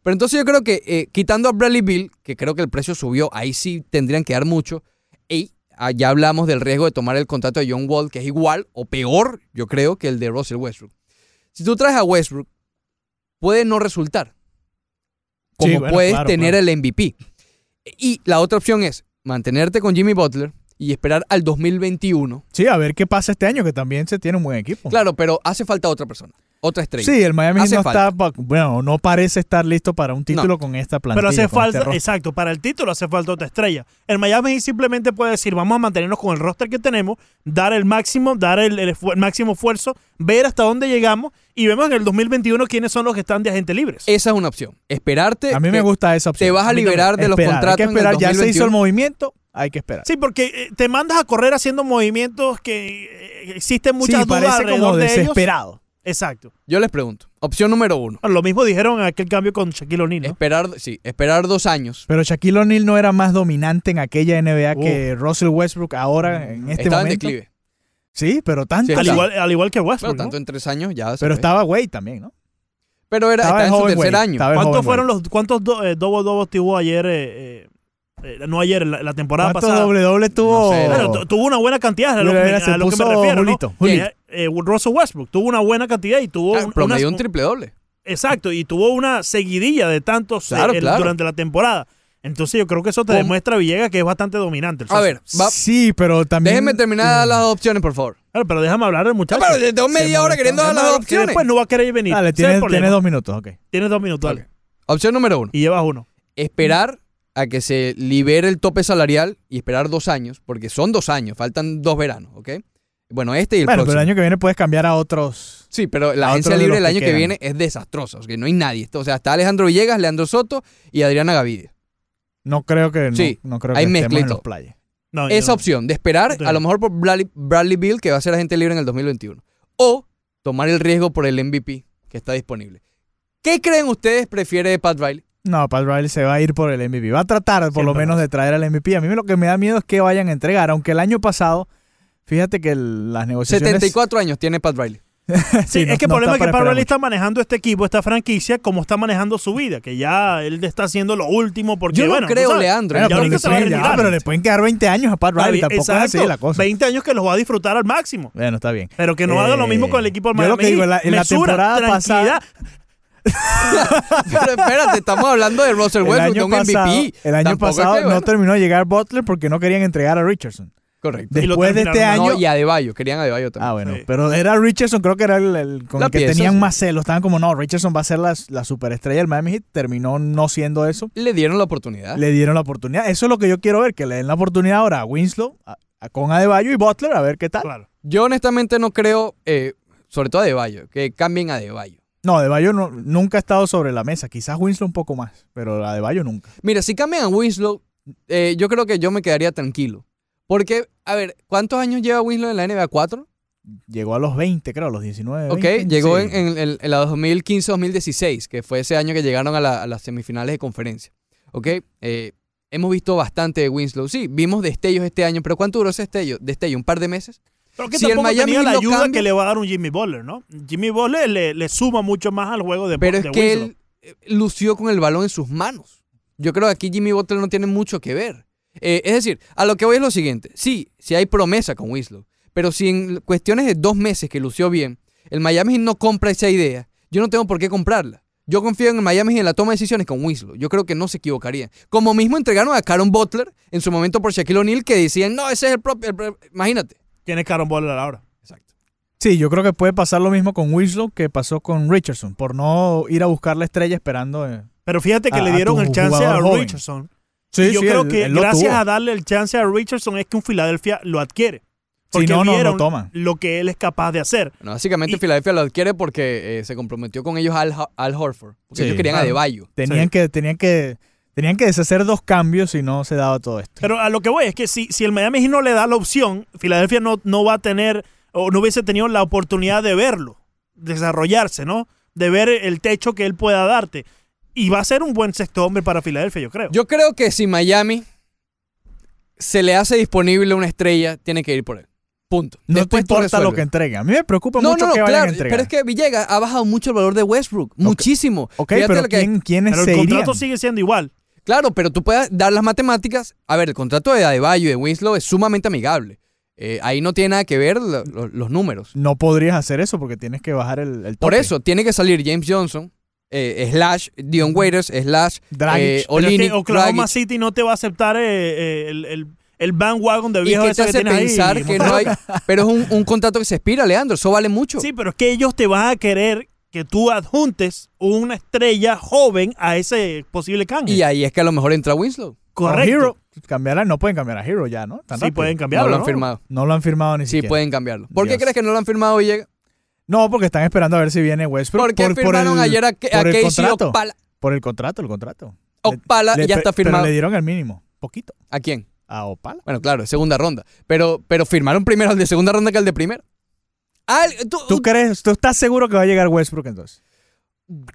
[SPEAKER 2] Pero entonces yo creo que eh, quitando a Bradley Bill, que creo que el precio subió, ahí sí tendrían que dar mucho. Y ah, ya hablamos del riesgo de tomar el contrato de John Wall, que es igual o peor, yo creo, que el de Russell Westbrook. Si tú traes a Westbrook, puede no resultar. Como
[SPEAKER 3] Sí, bueno,
[SPEAKER 2] puedes
[SPEAKER 3] claro,
[SPEAKER 2] tener
[SPEAKER 3] claro.
[SPEAKER 2] el MVP. Y la otra opción es mantenerte con Jimmy Butler y esperar al 2021.
[SPEAKER 3] Sí, a ver qué pasa este año, que también se tiene un buen equipo.
[SPEAKER 2] Claro, pero hace falta otra persona, otra estrella.
[SPEAKER 3] Oh. Sí, el Miami
[SPEAKER 2] Hace
[SPEAKER 3] no
[SPEAKER 2] falta.
[SPEAKER 3] está, pa- bueno, no parece estar listo para un título
[SPEAKER 2] No.
[SPEAKER 3] con esta plantilla.
[SPEAKER 1] Pero hace
[SPEAKER 3] con este
[SPEAKER 1] falta,
[SPEAKER 3] roster.
[SPEAKER 1] exacto, para el título hace falta otra estrella. El Miami Heat simplemente puede decir, vamos a mantenernos con el roster que tenemos, dar el máximo, dar el, el esfu- el máximo esfuerzo, ver hasta dónde llegamos y vemos en el 2021 quiénes son los que están de agente libres.
[SPEAKER 3] Eh,
[SPEAKER 2] Esa es una opción. Esperarte.
[SPEAKER 3] A mí me
[SPEAKER 2] que
[SPEAKER 3] gusta esa opción.
[SPEAKER 2] Te vas a
[SPEAKER 1] A mí
[SPEAKER 2] liberar de los
[SPEAKER 3] Esperar,
[SPEAKER 2] contratos.
[SPEAKER 3] Hay que
[SPEAKER 2] en el
[SPEAKER 3] esperar, ya se hizo
[SPEAKER 2] 2021.
[SPEAKER 3] el movimiento, hay que esperar.
[SPEAKER 1] Sí, porque eh, te mandas a correr haciendo movimientos que eh, existen muchas
[SPEAKER 3] Sí,
[SPEAKER 1] dudas
[SPEAKER 3] parece
[SPEAKER 1] alrededor
[SPEAKER 3] como
[SPEAKER 1] de ellos.
[SPEAKER 3] desesperado.
[SPEAKER 1] Exacto.
[SPEAKER 2] Yo les pregunto. Opción número uno.
[SPEAKER 1] Bueno, lo mismo dijeron en aquel cambio con Shaquille O'Neal, ¿no?
[SPEAKER 2] Esperar, sí, esperar dos años.
[SPEAKER 3] Pero Shaquille O'Neal no era más dominante en aquella NBA
[SPEAKER 1] Uh.
[SPEAKER 3] que Russell Westbrook ahora en
[SPEAKER 2] Mm, Estaba
[SPEAKER 3] este
[SPEAKER 2] en
[SPEAKER 3] momento.
[SPEAKER 2] declive.
[SPEAKER 3] Sí, pero
[SPEAKER 2] Sí,
[SPEAKER 3] tanto.
[SPEAKER 1] Al
[SPEAKER 2] está.
[SPEAKER 1] igual, al igual que
[SPEAKER 2] Bueno,
[SPEAKER 1] Westbrook, ¿no?
[SPEAKER 2] tanto en tres años ya. se ve.
[SPEAKER 3] pero estaba Wade también, ¿no?
[SPEAKER 2] Pero era,
[SPEAKER 3] Estaba
[SPEAKER 2] está
[SPEAKER 3] el
[SPEAKER 2] en su
[SPEAKER 3] joven
[SPEAKER 2] tercer
[SPEAKER 3] Wade,
[SPEAKER 2] año.
[SPEAKER 3] estaba el
[SPEAKER 1] ¿Cuántos
[SPEAKER 3] joven
[SPEAKER 1] fueron
[SPEAKER 3] Wade.
[SPEAKER 1] los cuántos do, eh, double doubles tuvo ayer eh, eh, eh, no ayer, la, la temporada
[SPEAKER 3] ¿Cuántos
[SPEAKER 1] pasada?
[SPEAKER 3] doble doble tuvo?
[SPEAKER 2] No sé,
[SPEAKER 1] Bueno, tu- tuvo una buena cantidad, a lo,
[SPEAKER 3] Mira, mira,
[SPEAKER 1] a
[SPEAKER 3] se
[SPEAKER 1] lo que me
[SPEAKER 3] puso
[SPEAKER 1] refiero. ¿no?
[SPEAKER 3] Julito,
[SPEAKER 2] Julito.
[SPEAKER 1] Eh, eh, Russell Westbrook tuvo una buena cantidad y tuvo
[SPEAKER 2] Ah,
[SPEAKER 1] un-
[SPEAKER 2] promedió
[SPEAKER 1] unas-
[SPEAKER 2] un triple doble.
[SPEAKER 1] exacto y tuvo una seguidilla de tantos eh,
[SPEAKER 2] Claro,
[SPEAKER 1] el-
[SPEAKER 2] claro.
[SPEAKER 1] durante la temporada. Entonces yo creo que eso te
[SPEAKER 2] Pum.
[SPEAKER 1] demuestra Villegas que es bastante dominante. el
[SPEAKER 2] A
[SPEAKER 1] socio.
[SPEAKER 2] ver, va-
[SPEAKER 3] Sí, pero también.
[SPEAKER 2] déjenme terminar las opciones, por favor.
[SPEAKER 1] Claro, pero déjame hablar del muchacho.
[SPEAKER 2] Ah, Pero tengo media hora
[SPEAKER 3] molestó.
[SPEAKER 2] queriendo dar
[SPEAKER 1] Déjame
[SPEAKER 2] las
[SPEAKER 1] hablar, que
[SPEAKER 2] opciones.
[SPEAKER 3] pues,
[SPEAKER 1] Después no va a querer venir.
[SPEAKER 3] Dale,
[SPEAKER 1] Ese es
[SPEAKER 3] tienes,
[SPEAKER 1] el problema.
[SPEAKER 3] tienes dos minutos, ok.
[SPEAKER 1] Tienes dos minutos. dale.
[SPEAKER 2] Ok. Opción número uno.
[SPEAKER 1] Y llevas uno.
[SPEAKER 2] Esperar a que se libere el tope salarial y esperar dos años, porque son dos años, faltan dos veranos, ¿ok? Bueno, este y el
[SPEAKER 3] Bueno,
[SPEAKER 2] próximo.
[SPEAKER 3] pero el año que viene puedes cambiar a otros.
[SPEAKER 2] Sí, pero la
[SPEAKER 3] A
[SPEAKER 2] agencia
[SPEAKER 3] otro de
[SPEAKER 2] libre
[SPEAKER 3] los
[SPEAKER 2] el
[SPEAKER 3] que
[SPEAKER 2] año que,
[SPEAKER 3] quedan.
[SPEAKER 2] viene es desastrosa. O sea, que no hay nadie. O sea, está Alejandro Villegas, Leandro Soto y Adriana Gavidia.
[SPEAKER 3] No creo que. No,
[SPEAKER 2] Sí,
[SPEAKER 3] no creo
[SPEAKER 2] hay
[SPEAKER 3] que estemos
[SPEAKER 2] mezclito.
[SPEAKER 3] en los playas.
[SPEAKER 1] No, yo
[SPEAKER 2] Esa
[SPEAKER 1] no.
[SPEAKER 2] opción de esperar,
[SPEAKER 1] Sí.
[SPEAKER 2] a lo mejor por Bradley, Bradley Bill, que va a ser agente libre en el 2021. O tomar el riesgo por el MVP que está disponible. ¿Qué creen ustedes prefiere Pat Riley?
[SPEAKER 3] No, Pat Riley se va a ir por el MVP. Va a tratar, por lo
[SPEAKER 1] Siempre
[SPEAKER 3] menos,
[SPEAKER 1] pasa.
[SPEAKER 3] de traer al MVP. A mí lo que me da miedo es que vayan a entregar, aunque el año pasado, fíjate que el- las negociaciones.
[SPEAKER 2] 74 años tiene Pat Riley.
[SPEAKER 1] Sí,
[SPEAKER 3] no-
[SPEAKER 1] es que el
[SPEAKER 3] no
[SPEAKER 1] problema es
[SPEAKER 3] está
[SPEAKER 1] que
[SPEAKER 3] para
[SPEAKER 1] Pablo
[SPEAKER 3] esperar
[SPEAKER 1] está manejando este equipo, esta franquicia, como está manejando su vida, que ya él está haciendo lo último porque
[SPEAKER 2] Yo no
[SPEAKER 1] bueno, tú
[SPEAKER 2] creo,
[SPEAKER 1] sabes,
[SPEAKER 2] Leandro.
[SPEAKER 1] ya
[SPEAKER 3] Bueno, pero,
[SPEAKER 1] ahorita
[SPEAKER 3] le
[SPEAKER 1] se va a
[SPEAKER 3] pueden- ya,
[SPEAKER 1] retirar.
[SPEAKER 3] pero le pueden quedar 20 años a Pat
[SPEAKER 1] Está
[SPEAKER 3] Riley.
[SPEAKER 1] bien,
[SPEAKER 3] Tampoco es así
[SPEAKER 1] exacto,
[SPEAKER 3] la cosa.
[SPEAKER 1] 20 años que los va a disfrutar al máximo.
[SPEAKER 3] Bueno, está bien.
[SPEAKER 1] Pero que no haga lo mismo
[SPEAKER 3] Eh,
[SPEAKER 1] con el equipo del
[SPEAKER 3] yo
[SPEAKER 1] Miami.
[SPEAKER 3] lo que digo, en la- en la
[SPEAKER 1] Mesura,
[SPEAKER 3] temporada
[SPEAKER 1] tranquilidad.
[SPEAKER 2] Pero espérate, estamos hablando de Russell
[SPEAKER 3] El
[SPEAKER 2] Westbrook, de
[SPEAKER 3] año,
[SPEAKER 2] un MVP.
[SPEAKER 3] pasado, el año
[SPEAKER 2] Tampoco es
[SPEAKER 3] pasado
[SPEAKER 2] que, bueno,
[SPEAKER 3] no terminó de llegar Butler porque no querían entregar a Richardson.
[SPEAKER 2] Correcto.
[SPEAKER 1] Y lo
[SPEAKER 3] Después de este año.
[SPEAKER 1] terminaron.
[SPEAKER 2] No, y a Adebayo, querían a Adebayo también.
[SPEAKER 3] Ah, bueno.
[SPEAKER 1] Sí.
[SPEAKER 3] Pero era Richardson, creo que era el, el con
[SPEAKER 2] La
[SPEAKER 3] el que
[SPEAKER 2] pieza,
[SPEAKER 3] tenían
[SPEAKER 2] sí.
[SPEAKER 3] más celo. Estaban como, no, Richardson va a ser la, la superestrella del Miami Heat. Terminó no siendo eso.
[SPEAKER 2] Le dieron la oportunidad.
[SPEAKER 3] Le dieron la oportunidad. Eso es lo que yo quiero ver, que le den la oportunidad ahora a Winslow, a- a- con Adebayo y Butler, a ver qué tal.
[SPEAKER 1] ah, Claro.
[SPEAKER 2] Yo honestamente no creo, eh, sobre todo a Adebayo, que cambien a Adebayo.
[SPEAKER 3] No, Adebayo no, nunca ha estado sobre la mesa. Quizás Winslow un poco más, pero Adebayo nunca.
[SPEAKER 2] Mira, si cambian a Winslow, eh, yo creo que yo me quedaría tranquilo. Porque, a ver, ¿cuántos años lleva Winslow en la NBA? ¿4?
[SPEAKER 3] Llegó a los 20, creo, a los 19.
[SPEAKER 2] Ok,
[SPEAKER 3] 20,
[SPEAKER 2] llegó
[SPEAKER 3] sí.
[SPEAKER 2] en, en- en- en la 2015-2016, que fue ese año que llegaron a, la- a las semifinales de conferencia. Ok, eh, hemos visto bastante de Winslow. Sí, vimos destellos este año, pero ¿cuánto duró ese destello? destello ¿Un par de meses?
[SPEAKER 1] Pero que
[SPEAKER 2] Si el
[SPEAKER 1] tampoco
[SPEAKER 2] Miami
[SPEAKER 1] tenía la
[SPEAKER 2] lo
[SPEAKER 1] ayuda
[SPEAKER 2] cambia-
[SPEAKER 1] que le va a dar un Jimmy Butler, ¿no? Jimmy Butler le, le suma mucho más al juego de
[SPEAKER 2] Pero
[SPEAKER 1] de
[SPEAKER 2] es que
[SPEAKER 1] Winslow.
[SPEAKER 2] él eh, lució con el balón en sus manos. Yo creo que aquí Jimmy Butler no tiene mucho que ver. Eh, es decir, a lo que voy es lo siguiente. Sí, sí hay promesa con Winslow. Pero si en cuestiones de dos meses que lució bien, el Miami Heat no compra esa idea, yo no tengo por qué comprarla. Yo confío en el Miami Heat en la toma de decisiones con Winslow. Yo creo que no se equivocarían. Como mismo entregaron a Caron Butler en su momento por Shaquille O'Neal que decían, no, ese es el propio... el pro-". Imagínate.
[SPEAKER 1] ¿Quién es Caron Butler ahora?
[SPEAKER 2] Exacto.
[SPEAKER 3] Sí, yo creo que puede pasar lo mismo con Winslow que pasó con Richardson, por no ir a buscar la estrella esperando. eh.
[SPEAKER 1] Pero fíjate que
[SPEAKER 3] A-
[SPEAKER 1] le
[SPEAKER 3] a
[SPEAKER 1] dieron
[SPEAKER 3] tu
[SPEAKER 1] el chance a
[SPEAKER 3] jugador joven.
[SPEAKER 1] Richardson
[SPEAKER 3] Sí,
[SPEAKER 1] Y yo
[SPEAKER 3] sí,
[SPEAKER 1] creo
[SPEAKER 3] él-
[SPEAKER 1] que
[SPEAKER 3] él lo
[SPEAKER 1] gracias
[SPEAKER 3] tuvo.
[SPEAKER 1] a darle el chance a Richardson es que un Filadelfia lo adquiere. Porque
[SPEAKER 3] no, no, no
[SPEAKER 1] vieron
[SPEAKER 3] toman.
[SPEAKER 1] lo que él es capaz de hacer.
[SPEAKER 2] Bueno, básicamente
[SPEAKER 1] Y-
[SPEAKER 2] Filadelfia lo adquiere porque eh, se comprometió con ellos al, Ho- al Horford. Porque
[SPEAKER 3] Sí,
[SPEAKER 2] ellos querían a
[SPEAKER 3] claro.
[SPEAKER 2] Adebayo.
[SPEAKER 3] Tenían,
[SPEAKER 1] Sí.
[SPEAKER 3] que, tenían, que, tenían que deshacer dos cambios si no se daba todo esto.
[SPEAKER 1] Pero a lo que voy es que si, si el Miami Heat no le da la opción, Filadelfia no, no va a tener o no hubiese tenido la oportunidad de verlo, desarrollarse, ¿no? De ver el techo que él pueda darte. Y va a ser un buen sexto hombre para Filadelfia, yo creo.
[SPEAKER 2] Yo creo que si Miami se le hace disponible una estrella, tiene que ir por él. Punto.
[SPEAKER 3] No
[SPEAKER 2] Después tú
[SPEAKER 3] te importa lo
[SPEAKER 2] resuelves.
[SPEAKER 3] que entreguen. A mí me preocupa
[SPEAKER 2] No,
[SPEAKER 3] mucho
[SPEAKER 2] no, no,
[SPEAKER 3] que vayan a
[SPEAKER 2] claro.
[SPEAKER 3] entregar.
[SPEAKER 2] Pero es que Villegas ha bajado mucho el valor de Westbrook. Muchísimo.
[SPEAKER 3] ok,
[SPEAKER 2] Fíjate
[SPEAKER 3] pero
[SPEAKER 2] lo que-
[SPEAKER 3] ¿quién- ¿quiénes
[SPEAKER 1] Pero el
[SPEAKER 3] se irían?
[SPEAKER 1] contrato sigue siendo igual.
[SPEAKER 2] Claro, pero tú puedes dar las matemáticas. A ver, el contrato de Adebayo y de Winslow es sumamente amigable. Eh, ahí no tiene nada que ver lo- lo- los números.
[SPEAKER 3] No podrías hacer eso porque tienes que bajar el, el
[SPEAKER 2] Por
[SPEAKER 3] tope.
[SPEAKER 2] eso, tiene que salir James Johnson, eh, slash Dion Waiters, slash
[SPEAKER 3] Dragic.
[SPEAKER 2] eh,
[SPEAKER 1] Pero es que
[SPEAKER 2] Olynyk,
[SPEAKER 1] Oklahoma
[SPEAKER 2] Dragic.
[SPEAKER 1] City no te va a aceptar eh, eh, el, el, el bandwagon de
[SPEAKER 2] Y
[SPEAKER 1] viejos
[SPEAKER 2] que te
[SPEAKER 1] ese que
[SPEAKER 2] hace
[SPEAKER 1] tienes ahí,
[SPEAKER 2] pensar que no hay... Pero es un, un contrato que se expira, Leandro. Eso vale mucho.
[SPEAKER 1] Sí, pero es que ellos te van a querer que tú adjuntes una estrella joven a ese posible
[SPEAKER 3] pues.
[SPEAKER 1] canje.
[SPEAKER 2] Y ahí es que a lo mejor entra Winslow.
[SPEAKER 3] Con
[SPEAKER 1] Correcto.
[SPEAKER 3] Hero, cambiará- no pueden cambiar a Hero ya, ¿no? Tan
[SPEAKER 1] sí
[SPEAKER 3] rápido.
[SPEAKER 1] pueden
[SPEAKER 2] No
[SPEAKER 1] cambiarlo.
[SPEAKER 2] lo han
[SPEAKER 1] ¿no?
[SPEAKER 2] firmado.
[SPEAKER 3] No lo han firmado ni
[SPEAKER 2] Sí,
[SPEAKER 3] siquiera.
[SPEAKER 2] pueden cambiarlo. ¿Por qué
[SPEAKER 3] Dios.
[SPEAKER 2] crees que no lo han firmado, Villegas?
[SPEAKER 3] No, porque están esperando a ver si viene Westbrook.
[SPEAKER 2] Porque
[SPEAKER 3] por, por
[SPEAKER 2] firmaron
[SPEAKER 3] el-
[SPEAKER 2] ayer a, Ke- a
[SPEAKER 3] por el
[SPEAKER 2] Casey
[SPEAKER 3] contrato.
[SPEAKER 2] Opala.
[SPEAKER 3] Por el contrato, el contrato.
[SPEAKER 2] Opala
[SPEAKER 3] Le-
[SPEAKER 2] ya
[SPEAKER 3] pe-
[SPEAKER 2] está
[SPEAKER 3] Pero
[SPEAKER 2] firmado.
[SPEAKER 3] le dieron el mínimo. Poquito.
[SPEAKER 2] ¿A quién?
[SPEAKER 3] A Opala.
[SPEAKER 2] Bueno, claro, segunda ronda. Pero, pero firmaron primero al de segunda ronda que al de primera. Al- tú-
[SPEAKER 3] ¿Tú crees? ¿Tú estás seguro que va a llegar Westbrook entonces?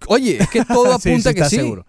[SPEAKER 2] oye, es que todo apunta
[SPEAKER 3] sí, sí,
[SPEAKER 2] que
[SPEAKER 3] estás
[SPEAKER 2] sí.
[SPEAKER 3] seguro.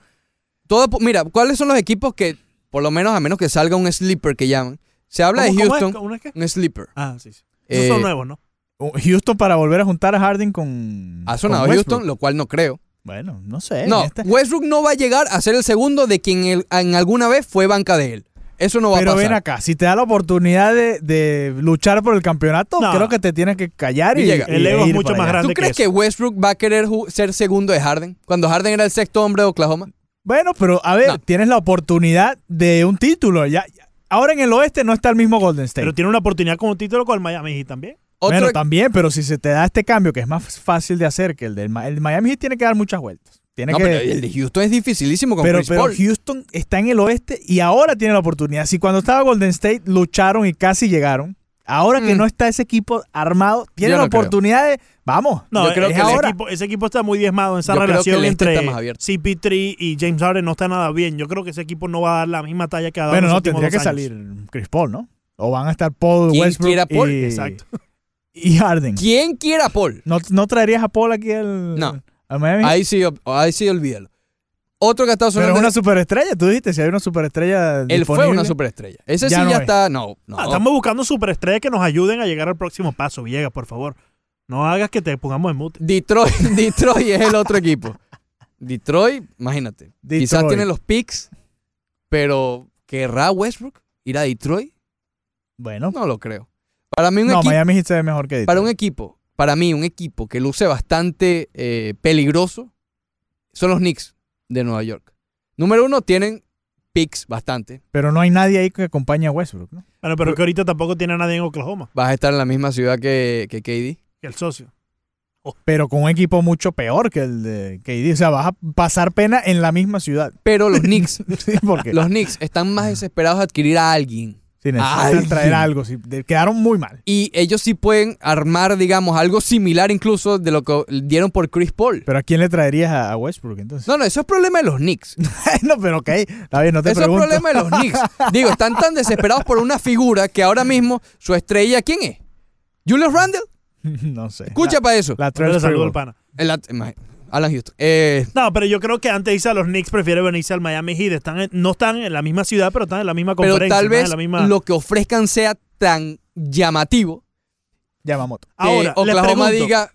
[SPEAKER 2] Todo apu- mira, ¿cuáles son los equipos que, por lo menos, a menos que salga un sleeper que llaman? Se habla de
[SPEAKER 1] ¿Cómo- cómo es?
[SPEAKER 2] Houston,
[SPEAKER 1] ¿Cómo es que?
[SPEAKER 2] un sleeper.
[SPEAKER 1] Ah, sí. sí. Esos
[SPEAKER 2] Eh,
[SPEAKER 1] son nuevos, ¿no?
[SPEAKER 3] Uh, Houston para volver a juntar a Harden con.
[SPEAKER 2] Ha sonado
[SPEAKER 3] con Westbrook. Eh, este
[SPEAKER 2] Houston, lo cual Ah, no creo.
[SPEAKER 3] Bueno, no sé.
[SPEAKER 2] No,
[SPEAKER 3] en esta-
[SPEAKER 2] Westbrook no va a llegar a ser el segundo de quien el- en alguna vez fue banca de él. Eso no va a
[SPEAKER 3] Pero
[SPEAKER 2] pasar.
[SPEAKER 3] ven acá, si te da la oportunidad de, de luchar por el campeonato,
[SPEAKER 1] No.
[SPEAKER 3] creo que te tienes que callar y,
[SPEAKER 2] Villegas.
[SPEAKER 3] y-
[SPEAKER 1] El
[SPEAKER 3] e
[SPEAKER 1] ego es
[SPEAKER 3] ir
[SPEAKER 1] mucho
[SPEAKER 3] para
[SPEAKER 1] más
[SPEAKER 3] allá.
[SPEAKER 1] grande.
[SPEAKER 2] ¿Tú
[SPEAKER 1] que
[SPEAKER 2] crees
[SPEAKER 1] eso.
[SPEAKER 2] que Westbrook va a querer ju- ser segundo de Harden? Cuando Harden era el sexto hombre de Oklahoma.
[SPEAKER 3] Bueno, pero a ver,
[SPEAKER 2] No.
[SPEAKER 3] tienes la oportunidad de un título. Ya, ya- ahora en el oeste no está el mismo Golden State.
[SPEAKER 1] Pero tiene una oportunidad con un título con el Miami Heat también.
[SPEAKER 2] Otro
[SPEAKER 3] bueno,
[SPEAKER 2] equ-
[SPEAKER 3] también, pero si se te da este cambio, que es más fácil de hacer que el del Ma- el Miami Heat, tiene que dar muchas vueltas. Tiene
[SPEAKER 2] No,
[SPEAKER 3] que,
[SPEAKER 2] pero el de Houston es dificilísimo con
[SPEAKER 3] pero,
[SPEAKER 2] Chris
[SPEAKER 3] pero
[SPEAKER 2] Paul.
[SPEAKER 3] Houston está en el oeste y ahora tiene la oportunidad. Si cuando estaba Golden State lucharon y casi llegaron, ahora que
[SPEAKER 2] Mm.
[SPEAKER 3] no está ese equipo armado, tiene
[SPEAKER 2] Yo
[SPEAKER 3] la
[SPEAKER 2] no creo. eh,
[SPEAKER 3] oportunidad de... Vamos.
[SPEAKER 1] No,
[SPEAKER 2] Yo creo
[SPEAKER 1] es
[SPEAKER 2] que
[SPEAKER 1] ese,
[SPEAKER 3] ahora-
[SPEAKER 1] equipo, ese equipo está muy diezmado en esa
[SPEAKER 2] Yo creo que
[SPEAKER 1] relación
[SPEAKER 2] el este
[SPEAKER 1] entre
[SPEAKER 2] está más abierto.
[SPEAKER 1] CP3 y James Harden no está nada bien. Yo creo que ese equipo no va a dar la misma talla que ha dado
[SPEAKER 3] Bueno,
[SPEAKER 1] en los
[SPEAKER 3] no,
[SPEAKER 1] últimos
[SPEAKER 3] tendría que
[SPEAKER 1] dos años.
[SPEAKER 3] salir Chris Paul, ¿no? O van a estar Paul,
[SPEAKER 2] Quien
[SPEAKER 3] Westbrook
[SPEAKER 2] quiera Paul,
[SPEAKER 3] y,
[SPEAKER 1] Exacto.
[SPEAKER 3] y Harden.
[SPEAKER 2] ¿Quién quiera Paul?
[SPEAKER 3] ¿No, no traerías a Paul aquí al,
[SPEAKER 2] No.
[SPEAKER 3] al Miami?
[SPEAKER 2] Ahí sí, ob- ahí sí, olvídalo. Otro que ha estado
[SPEAKER 3] pero
[SPEAKER 2] sonando.
[SPEAKER 3] es una superestrella, tú dijiste, si hay una superestrella
[SPEAKER 2] él fue una
[SPEAKER 3] disponible.
[SPEAKER 2] superestrella. Ese
[SPEAKER 3] Ya
[SPEAKER 2] sí
[SPEAKER 3] no
[SPEAKER 2] ya
[SPEAKER 3] es.
[SPEAKER 2] está. No, no.
[SPEAKER 1] Ah, estamos buscando superestrellas que nos ayuden a llegar al próximo paso, Villegas, por favor. No hagas que te pongamos en mute.
[SPEAKER 2] Detroit, Detroit es el otro equipo. Detroit, imagínate. Quizás
[SPEAKER 3] Detroit.
[SPEAKER 2] tiene los picks, pero ¿querrá Westbrook ir a Detroit?
[SPEAKER 3] Bueno,
[SPEAKER 2] No lo creo. Para mí, un
[SPEAKER 3] no,
[SPEAKER 2] equipo.
[SPEAKER 3] Miami Heat se ve mejor que Detroit.
[SPEAKER 2] Para un equipo, para mí, un equipo que luce bastante eh, peligroso son los Knicks de Nueva York. Número uno, tienen picks bastante.
[SPEAKER 3] Pero no hay nadie ahí que acompañe a Westbrook, ¿no?
[SPEAKER 1] Bueno, pero que ahorita tampoco tiene a nadie en Oklahoma,
[SPEAKER 2] Vas a estar en la misma ciudad que, que KD.
[SPEAKER 1] que el socio.
[SPEAKER 3] Pero con un equipo mucho peor que el de KD. O sea, vas a pasar pena en la misma ciudad.
[SPEAKER 2] Pero los Knicks,
[SPEAKER 3] Sí, porque
[SPEAKER 2] los Knicks están
[SPEAKER 3] Ah.
[SPEAKER 2] más desesperados de adquirir a alguien.
[SPEAKER 3] sí, necesitan
[SPEAKER 2] Ay.
[SPEAKER 3] traer algo. sí, de- quedaron muy mal.
[SPEAKER 2] Y ellos sí pueden armar, digamos, algo similar incluso de lo que dieron por Chris Paul.
[SPEAKER 3] Pero ¿a quién le traerías a, a Westbrook entonces?
[SPEAKER 2] No, no, eso es problema de los Knicks.
[SPEAKER 3] No, pero ok. Está bien, no te
[SPEAKER 2] Eso es
[SPEAKER 3] pregunto.
[SPEAKER 2] problema de los Knicks. Digo, están tan desesperados por una figura que ahora mismo su estrella, ¿quién es? ¿Julius Randle?
[SPEAKER 3] no sé.
[SPEAKER 2] Escucha para eso.
[SPEAKER 3] La, la
[SPEAKER 1] Yo
[SPEAKER 3] Trez
[SPEAKER 1] le saludo al
[SPEAKER 3] Sprewell.
[SPEAKER 1] pana.
[SPEAKER 2] El at- ma- Alan Houston. Eh,
[SPEAKER 1] No, pero yo creo que antes dice a los Knicks prefiere venirse al Miami Heat. Están en- no están en la misma ciudad, pero están en la misma
[SPEAKER 2] pero
[SPEAKER 1] conferencia.
[SPEAKER 2] tal
[SPEAKER 1] están en
[SPEAKER 2] vez
[SPEAKER 1] la misma-
[SPEAKER 2] lo que ofrezcan sea tan llamativo
[SPEAKER 3] Yamamoto.
[SPEAKER 2] que
[SPEAKER 1] Ahora, les
[SPEAKER 2] Oklahoma
[SPEAKER 1] pregunto,
[SPEAKER 2] diga,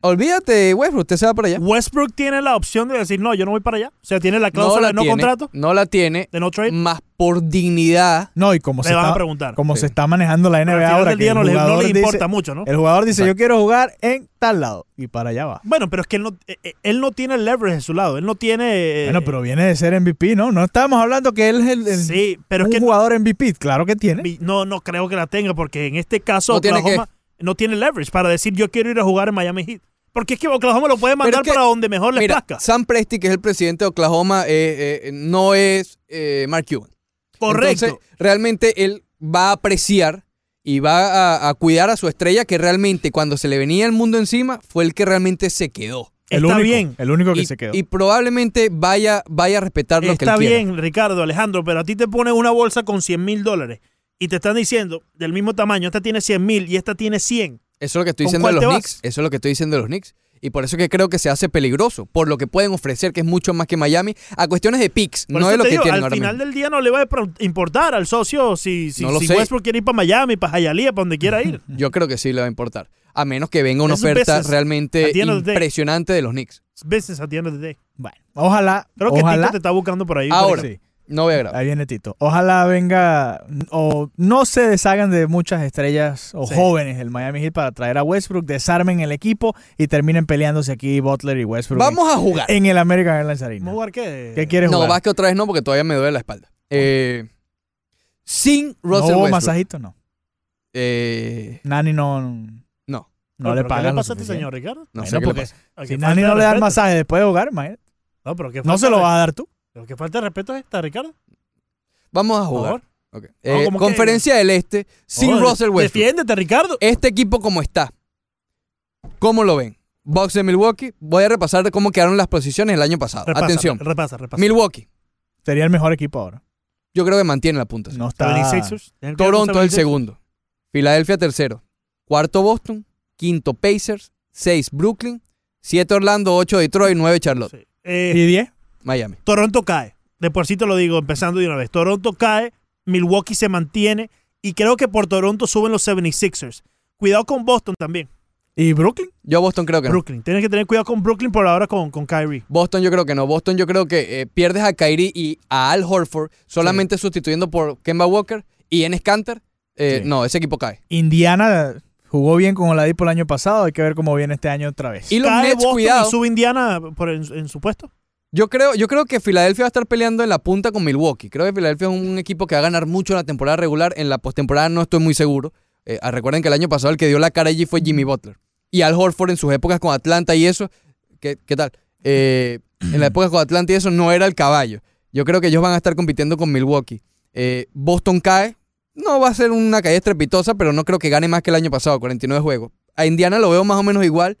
[SPEAKER 2] olvídate, Westbrook, usted se va para allá.
[SPEAKER 1] Westbrook tiene la opción de decir, no, yo no voy para allá. O sea, tiene la cláusula de no
[SPEAKER 2] tiene,
[SPEAKER 1] contrato,
[SPEAKER 2] no la tiene,
[SPEAKER 1] de no trade.
[SPEAKER 2] más por dignidad.
[SPEAKER 3] No, y como
[SPEAKER 1] Le
[SPEAKER 3] se
[SPEAKER 1] van a
[SPEAKER 3] está,
[SPEAKER 1] preguntar.
[SPEAKER 3] como
[SPEAKER 2] Sí.
[SPEAKER 3] se está manejando la
[SPEAKER 1] Pero al
[SPEAKER 3] NBA
[SPEAKER 1] final
[SPEAKER 3] ahora,
[SPEAKER 1] del
[SPEAKER 3] que
[SPEAKER 1] día
[SPEAKER 3] el
[SPEAKER 1] no les, no les
[SPEAKER 3] jugador dice-
[SPEAKER 1] importa mucho, ¿no?
[SPEAKER 3] El jugador dice,
[SPEAKER 2] Exacto.
[SPEAKER 3] yo quiero jugar en tal lado. Y para allá va.
[SPEAKER 1] Bueno, pero es que él no, eh, eh, él no tiene el leverage de su lado. Él no tiene. eh,
[SPEAKER 3] Bueno, pero viene de ser MVP, ¿no? No estábamos hablando que él es el, el-
[SPEAKER 1] Sí, pero es
[SPEAKER 3] un
[SPEAKER 1] que no,
[SPEAKER 3] jugador MVP. Claro que tiene.
[SPEAKER 1] no, no creo que la tenga, porque en este caso
[SPEAKER 2] No tiene
[SPEAKER 1] Oklahoma no tiene leverage para decir yo quiero ir a jugar en Miami Heat. Porque es que Oklahoma lo puede mandar
[SPEAKER 2] es que-
[SPEAKER 1] para donde mejor le
[SPEAKER 2] Mira,
[SPEAKER 1] plazca.
[SPEAKER 2] Sam Presti, que es el presidente de Oklahoma, eh, eh, no es eh, Mark Cuban.
[SPEAKER 1] Correcto.
[SPEAKER 2] Entonces, realmente él va a apreciar y va a, a cuidar a su estrella que realmente cuando se le venía el mundo encima fue el que realmente se quedó.
[SPEAKER 3] El
[SPEAKER 1] Está
[SPEAKER 3] único,
[SPEAKER 1] bien.
[SPEAKER 3] El único que
[SPEAKER 2] y,
[SPEAKER 3] se quedó.
[SPEAKER 2] y probablemente vaya, vaya a respetar lo que él
[SPEAKER 1] Está
[SPEAKER 2] quiera.
[SPEAKER 1] bien, Ricardo, Alejandro, pero a ti te ponen una bolsa con 100 mil dólares y te están diciendo del mismo tamaño, esta tiene 100 mil y esta tiene 100.
[SPEAKER 2] Eso es lo que estoy
[SPEAKER 1] ¿Con
[SPEAKER 2] diciendo
[SPEAKER 1] cuál
[SPEAKER 2] de los
[SPEAKER 1] te vas?
[SPEAKER 2] Knicks. Eso es lo que estoy diciendo de los Knicks. Y por eso que creo que se hace peligroso, por lo que pueden ofrecer, que es mucho más que Miami, a cuestiones de picks,
[SPEAKER 1] Por
[SPEAKER 2] no
[SPEAKER 1] eso
[SPEAKER 2] de lo
[SPEAKER 1] te
[SPEAKER 2] que
[SPEAKER 1] digo,
[SPEAKER 2] tienen
[SPEAKER 1] al
[SPEAKER 2] ahora
[SPEAKER 1] final
[SPEAKER 2] mismo.
[SPEAKER 1] del día no le va a pro- importar al socio si, si,
[SPEAKER 2] No lo
[SPEAKER 1] si
[SPEAKER 2] sé.
[SPEAKER 1] Westbrook quiere ir para Miami, para Hialeah, para donde quiera ir.
[SPEAKER 2] Yo creo que sí le va a importar. A menos que venga una
[SPEAKER 1] Es un
[SPEAKER 2] oferta
[SPEAKER 1] business.
[SPEAKER 2] realmente
[SPEAKER 1] At the end of the day.
[SPEAKER 2] impresionante de los Knicks.
[SPEAKER 1] It's business at the end of the day.
[SPEAKER 3] Bueno, ojalá,
[SPEAKER 1] Creo que
[SPEAKER 3] ojalá.
[SPEAKER 1] Tito te está buscando por ahí.
[SPEAKER 2] Ahora.
[SPEAKER 3] Sí,
[SPEAKER 2] No voy a grabar.
[SPEAKER 3] ahí viene Tito. Ojalá venga o no se deshagan de muchas estrellas o
[SPEAKER 1] Sí.
[SPEAKER 3] jóvenes del Miami Heat para traer a Westbrook, desarmen el equipo y terminen peleándose aquí Butler y Westbrook
[SPEAKER 2] Vamos a jugar.
[SPEAKER 3] en el American Airlines
[SPEAKER 1] ¿Vamos a
[SPEAKER 3] Arena.
[SPEAKER 1] jugar qué?
[SPEAKER 3] ¿Qué quieres
[SPEAKER 2] No,
[SPEAKER 3] Eh, jugar?
[SPEAKER 2] vas que otra vez no, porque todavía me duele la espalda. Eh, sin
[SPEAKER 3] no
[SPEAKER 2] Russell
[SPEAKER 3] hubo
[SPEAKER 2] Westbrook.
[SPEAKER 3] masajito, no.
[SPEAKER 2] Eh,
[SPEAKER 3] Nani no no
[SPEAKER 2] No.
[SPEAKER 3] le
[SPEAKER 1] ¿Pero ¿Qué
[SPEAKER 3] pagan.
[SPEAKER 1] le
[SPEAKER 3] lo
[SPEAKER 1] pasa a este
[SPEAKER 3] suficiente.
[SPEAKER 1] señor, Ricardo?
[SPEAKER 2] no
[SPEAKER 3] Bueno,
[SPEAKER 2] sé qué le
[SPEAKER 3] porque
[SPEAKER 2] pasa.
[SPEAKER 1] Ah,
[SPEAKER 3] Si
[SPEAKER 1] qué
[SPEAKER 3] Nani
[SPEAKER 1] falta
[SPEAKER 3] no
[SPEAKER 1] de
[SPEAKER 3] le da el
[SPEAKER 1] respeto.
[SPEAKER 3] masaje después de jugar, imagínate,
[SPEAKER 1] No, pero qué
[SPEAKER 3] no se lo
[SPEAKER 1] va
[SPEAKER 3] vas a dar tú.
[SPEAKER 1] Pero qué falta de respeto es esta, Ricardo.
[SPEAKER 2] Vamos a
[SPEAKER 1] Por
[SPEAKER 2] jugar.
[SPEAKER 1] favor.
[SPEAKER 2] Ok. Eh,
[SPEAKER 1] como que-
[SPEAKER 2] conferencia del Este, sin
[SPEAKER 3] Oh,
[SPEAKER 1] Joder,
[SPEAKER 2] Russell Westbrook.
[SPEAKER 1] Defiéndete, Ricardo.
[SPEAKER 2] Este equipo como está, ¿cómo lo ven? Bucks de Milwaukee. Voy a repasar cómo quedaron las posiciones el año pasado.
[SPEAKER 1] Repasa,
[SPEAKER 2] Atención.
[SPEAKER 1] Repasa, repasa.
[SPEAKER 2] Milwaukee.
[SPEAKER 3] Sería el mejor equipo ahora.
[SPEAKER 2] Yo creo que mantiene la punta.
[SPEAKER 3] No está.
[SPEAKER 1] 76ers. ¿Tienen que
[SPEAKER 2] Toronto
[SPEAKER 1] ver con
[SPEAKER 2] el
[SPEAKER 1] 76ers?
[SPEAKER 2] segundo. Filadelfia tercero. Cuarto Boston. Quinto Pacers. Seis Brooklyn. Siete Orlando. Ocho Detroit. Nueve Charlotte.
[SPEAKER 1] Sí. Eh,
[SPEAKER 3] ¿Y 10?
[SPEAKER 2] Miami.
[SPEAKER 1] Toronto cae. De por sí te lo digo, empezando de una vez. Toronto cae, Milwaukee se mantiene y creo que por Toronto suben los 76ers. Cuidado con Boston también.
[SPEAKER 3] ¿Y Brooklyn?
[SPEAKER 2] Yo a Boston creo que no.
[SPEAKER 1] Brooklyn. Tienes que tener cuidado con Brooklyn por ahora con, con Kyrie.
[SPEAKER 2] Boston yo creo que no. Boston yo creo que eh, pierdes a Kyrie y a Al Horford solamente sustituyendo por Kemba Walker y Enes Kanter. Eh,
[SPEAKER 3] Sí.
[SPEAKER 2] No, ese equipo cae.
[SPEAKER 3] Indiana jugó bien con Oladipo el año pasado, hay que ver cómo viene este año otra vez.
[SPEAKER 2] Y los
[SPEAKER 1] cae
[SPEAKER 2] Nets,
[SPEAKER 1] Boston
[SPEAKER 2] cuidado.
[SPEAKER 1] y sube Indiana por en, en su puesto.
[SPEAKER 2] Yo creo, yo creo que Filadelfia va a estar peleando en la punta con Milwaukee. Creo que Filadelfia es un equipo que va a ganar mucho en la temporada regular. En la postemporada no estoy muy seguro. Eh, ah, recuerden que el año pasado el que dio la cara allí fue Jimmy Butler. Y Al Horford en sus épocas con Atlanta y eso. ¿Qué, qué tal? Eh, en la época con Atlanta y eso no era el caballo. Yo creo que ellos van a estar compitiendo con Milwaukee. Eh, Boston cae. No va a ser una caída estrepitosa, pero no creo que gane más que el año pasado, 49 juegos. A Indiana lo veo más o menos igual,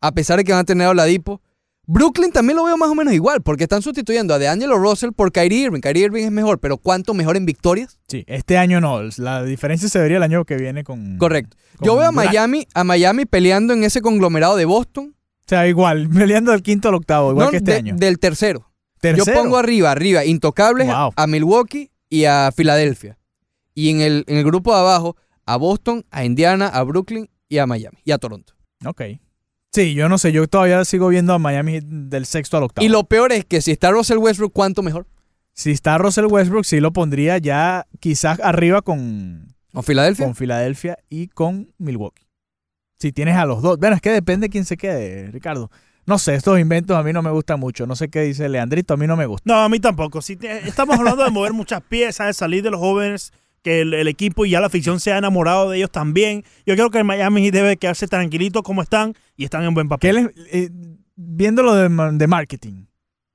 [SPEAKER 2] a pesar de que van a tener a Oladipo. Brooklyn también lo veo más o menos igual, porque están sustituyendo a DeAngelo Russell por Kyrie Irving. Kyrie Irving es mejor, pero ¿cuánto mejor en victorias?
[SPEAKER 3] Sí, este año no, la diferencia se vería el año que viene con...
[SPEAKER 2] Correcto.
[SPEAKER 3] con
[SPEAKER 2] Yo veo a
[SPEAKER 3] Durant.
[SPEAKER 2] Miami, a Miami peleando en ese conglomerado de Boston,
[SPEAKER 3] O sea, igual, peleando del quinto al octavo, igual
[SPEAKER 2] no,
[SPEAKER 3] que este
[SPEAKER 2] de-
[SPEAKER 3] año.
[SPEAKER 2] del tercero.
[SPEAKER 3] Tercero.
[SPEAKER 2] Yo pongo arriba, arriba, intocables
[SPEAKER 3] Wow.
[SPEAKER 2] a Milwaukee y a Filadelfia. Y en el, en el grupo de abajo, a Boston, a Indiana, a Brooklyn y a Miami y a Toronto.
[SPEAKER 3] Ok. Sí, yo no sé, yo todavía sigo viendo a Miami del sexto al octavo.
[SPEAKER 2] Y lo peor es que si está Russell Westbrook, ¿cuánto mejor?
[SPEAKER 3] Si está Russell Westbrook, sí lo pondría ya quizás arriba con,
[SPEAKER 2] ¿O Filadelfia?
[SPEAKER 3] con Filadelfia y con Milwaukee. Si tienes a los dos. Bueno, es que depende quién se quede, Ricardo. No sé, estos inventos a mí no me gustan mucho. No sé qué dice Leandrito, a mí no me gusta.
[SPEAKER 1] No, a mí tampoco. Si te- estamos hablando de mover muchas piezas, de salir de los jóvenes, que el, el equipo y ya la afición se ha enamorado de ellos también. Yo creo que el Miami Heat debe quedarse tranquilito como están y están en buen
[SPEAKER 3] ¿Qué
[SPEAKER 1] papel.
[SPEAKER 3] les, eh, viendo lo de, ma- de marketing,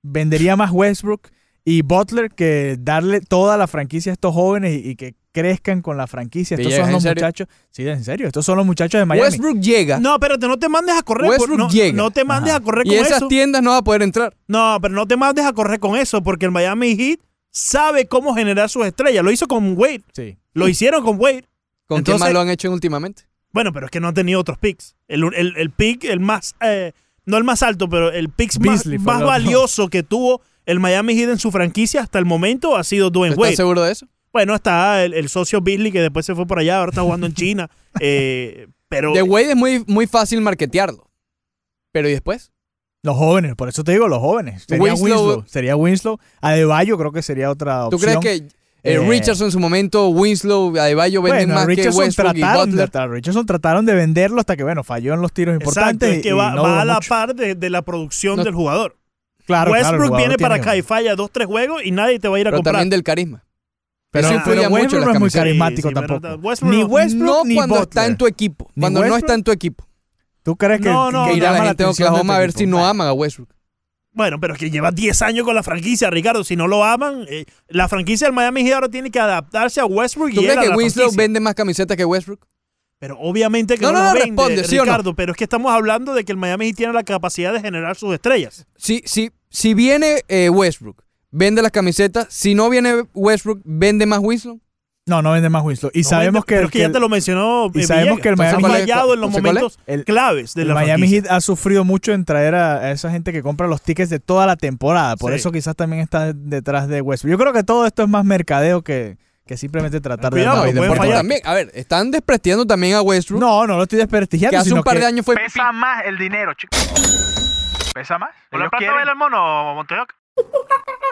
[SPEAKER 3] vendería más Westbrook y Butler que darle toda la franquicia a estos jóvenes y, y que crezcan con la franquicia.
[SPEAKER 2] ¿Te
[SPEAKER 3] Estos
[SPEAKER 2] llegas
[SPEAKER 3] son
[SPEAKER 2] en
[SPEAKER 3] los
[SPEAKER 2] serio?
[SPEAKER 3] muchachos. Sí, en serio, estos son los muchachos de Miami.
[SPEAKER 2] Westbrook llega
[SPEAKER 1] No, espérate, no te mandes a correr. por-
[SPEAKER 2] Westbrook
[SPEAKER 1] no,
[SPEAKER 2] llega.
[SPEAKER 1] no te mandes
[SPEAKER 3] Ajá.
[SPEAKER 1] a correr
[SPEAKER 2] y
[SPEAKER 1] con
[SPEAKER 2] esas
[SPEAKER 1] eso.
[SPEAKER 2] tiendas no va a poder entrar.
[SPEAKER 1] No, pero no te mandes a correr con eso, porque el Miami Heat sabe cómo generar sus estrellas. Lo hizo con Wade,
[SPEAKER 3] Sí.
[SPEAKER 1] lo hicieron con Wade.
[SPEAKER 2] ¿Con quién
[SPEAKER 1] Entonces-
[SPEAKER 2] más lo han hecho últimamente?
[SPEAKER 1] Bueno, pero es que no han tenido otros picks. El, el, el pick, el más, eh, no el más alto, pero el pick más,
[SPEAKER 3] Beasley fue
[SPEAKER 1] más
[SPEAKER 3] el otro.
[SPEAKER 1] valioso que tuvo el Miami Heat en su franquicia hasta el momento ha sido
[SPEAKER 3] pues,
[SPEAKER 1] Dwayne
[SPEAKER 2] ¿Estás
[SPEAKER 1] Wade.
[SPEAKER 2] seguro de eso?
[SPEAKER 1] Bueno, está el, el socio Beasley que después se fue por allá, ahora está jugando en China. Eh, pero
[SPEAKER 2] De Wade es muy, muy fácil marketearlo. Pero ¿y después?
[SPEAKER 3] Los jóvenes, por eso te digo, los jóvenes. Sería
[SPEAKER 2] Winslow. eh.
[SPEAKER 3] Winslow. Sería Winslow. Adebayo creo que sería otra
[SPEAKER 2] ¿Tú
[SPEAKER 3] opción.
[SPEAKER 2] crees que eh,
[SPEAKER 3] Eh,
[SPEAKER 2] Richardson en su momento, Winslow, Adebayo venden
[SPEAKER 3] bueno,
[SPEAKER 2] más que
[SPEAKER 3] Richardson
[SPEAKER 2] Westbrook y
[SPEAKER 3] trataron, de,
[SPEAKER 2] Butler?
[SPEAKER 3] tra- Richardson trataron de venderlo hasta que, bueno, falló en los tiros
[SPEAKER 1] exacto,
[SPEAKER 3] importantes.
[SPEAKER 1] es que
[SPEAKER 3] y
[SPEAKER 1] va,
[SPEAKER 3] no
[SPEAKER 1] va
[SPEAKER 3] duró
[SPEAKER 1] a la
[SPEAKER 3] mucho.
[SPEAKER 1] par de, de la producción
[SPEAKER 2] No-
[SPEAKER 1] del jugador.
[SPEAKER 3] Claro, claro, el
[SPEAKER 1] Westbrook
[SPEAKER 3] jugador
[SPEAKER 1] viene
[SPEAKER 3] tiene
[SPEAKER 1] para
[SPEAKER 3] que-
[SPEAKER 1] acá y falla dos, tres juegos y nadie te va a ir a
[SPEAKER 2] Pero
[SPEAKER 1] comprar.
[SPEAKER 2] también del carisma.
[SPEAKER 3] Pero,
[SPEAKER 2] Eso
[SPEAKER 3] pero
[SPEAKER 2] influía mucho
[SPEAKER 3] Westbrook
[SPEAKER 2] en
[SPEAKER 3] no
[SPEAKER 2] las
[SPEAKER 3] es muy
[SPEAKER 2] camisetas.
[SPEAKER 3] carismático
[SPEAKER 1] Sí, sí,
[SPEAKER 3] tampoco.
[SPEAKER 1] verdad. Westbrook
[SPEAKER 3] ni
[SPEAKER 1] no-
[SPEAKER 3] Westbrook
[SPEAKER 2] no
[SPEAKER 3] ni
[SPEAKER 2] cuando
[SPEAKER 3] Butler.
[SPEAKER 2] está en tu equipo.
[SPEAKER 3] Ni
[SPEAKER 2] Cuando no está
[SPEAKER 3] Westbrook.
[SPEAKER 2] en tu equipo.
[SPEAKER 3] ¿Tú crees que,
[SPEAKER 1] No, no,
[SPEAKER 3] que
[SPEAKER 2] que ir a
[SPEAKER 3] llama
[SPEAKER 2] la gente de
[SPEAKER 3] atención este
[SPEAKER 2] Oklahoma
[SPEAKER 3] tu
[SPEAKER 2] a ver si
[SPEAKER 3] equipo?
[SPEAKER 2] no aman a Westbrook.
[SPEAKER 1] Bueno, pero es que lleva 10 años con la franquicia, Ricardo. Si no lo aman, eh, la franquicia del Miami Heat ahora tiene que adaptarse a Westbrook y
[SPEAKER 2] ¿Tú
[SPEAKER 1] él
[SPEAKER 2] crees
[SPEAKER 1] a
[SPEAKER 2] que
[SPEAKER 1] la
[SPEAKER 2] Winslow
[SPEAKER 1] franquicia.
[SPEAKER 2] vende más camisetas que Westbrook?
[SPEAKER 1] Pero obviamente que
[SPEAKER 2] No,
[SPEAKER 1] no,
[SPEAKER 2] no,
[SPEAKER 1] lo
[SPEAKER 2] no,
[SPEAKER 1] vende,
[SPEAKER 2] responde, ¿sí o no?
[SPEAKER 1] Ricardo. Pero es que estamos hablando de que el Miami Heat tiene la capacidad de generar sus estrellas.
[SPEAKER 2] Si, si, si viene eh, Westbrook, vende las camisetas. Si no viene Westbrook, vende más Winslow.
[SPEAKER 3] No, no vende más Winslow. Y
[SPEAKER 1] No,
[SPEAKER 3] sabemos
[SPEAKER 1] vende-
[SPEAKER 3] que,
[SPEAKER 1] pero es que
[SPEAKER 3] que
[SPEAKER 1] ya
[SPEAKER 3] el-
[SPEAKER 1] te lo mencionó.
[SPEAKER 3] y
[SPEAKER 1] eh,
[SPEAKER 3] sabemos que el
[SPEAKER 1] Villegas.
[SPEAKER 2] Miami-
[SPEAKER 1] ha fallado en los
[SPEAKER 2] ¿Entonces cuál es?
[SPEAKER 1] momentos
[SPEAKER 3] El-
[SPEAKER 1] claves de
[SPEAKER 3] el
[SPEAKER 1] la
[SPEAKER 3] Miami
[SPEAKER 1] franquicia.
[SPEAKER 3] Heat ha sufrido mucho en traer a, a esa gente que compra los tickets de toda la temporada. Por
[SPEAKER 1] Sí.
[SPEAKER 3] eso quizás también está detrás de Westbrook. Yo creo que todo esto es más mercadeo que, que simplemente tratar de...
[SPEAKER 1] Cuidado,
[SPEAKER 2] No, y
[SPEAKER 3] andar con
[SPEAKER 1] pueden
[SPEAKER 2] Deportivo
[SPEAKER 1] fallar.
[SPEAKER 2] también.
[SPEAKER 3] Westbrook.
[SPEAKER 2] A ver, están desprestigiando también a Westbrook.
[SPEAKER 3] No, pues, no lo estoy
[SPEAKER 2] que
[SPEAKER 3] desprestigiando,
[SPEAKER 2] hace
[SPEAKER 3] sino
[SPEAKER 2] un par
[SPEAKER 3] que
[SPEAKER 2] de años fue.
[SPEAKER 4] Pesa más el dinero, chicos. Pesa más.
[SPEAKER 5] ¿Por la
[SPEAKER 4] Ellos
[SPEAKER 5] plata
[SPEAKER 4] quieren-
[SPEAKER 5] baila el mono, Montoya?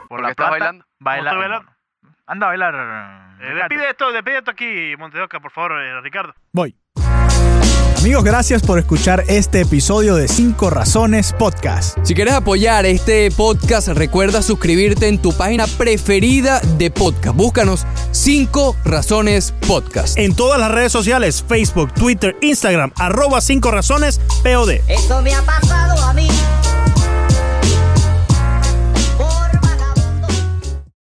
[SPEAKER 4] Por
[SPEAKER 5] qué
[SPEAKER 4] la
[SPEAKER 5] estás
[SPEAKER 4] plata,
[SPEAKER 5] bailando?
[SPEAKER 4] baila
[SPEAKER 5] No estoy
[SPEAKER 4] el
[SPEAKER 5] bailando.
[SPEAKER 4] mono. Anda a bailar.
[SPEAKER 5] Eh,
[SPEAKER 4] Ricardo.
[SPEAKER 5] despide esto, despide esto aquí, Monteoca, por favor, eh, Ricardo.
[SPEAKER 3] Voy. Amigos, gracias por escuchar este episodio de 5 Razones Podcast.
[SPEAKER 2] Si quieres apoyar este podcast, recuerda suscribirte en tu página preferida de podcast. Búscanos 5 Razones Podcast.
[SPEAKER 1] En todas las redes sociales, Facebook, Twitter, Instagram, arroba 5 razones, POD.
[SPEAKER 6] Eso me ha pasado.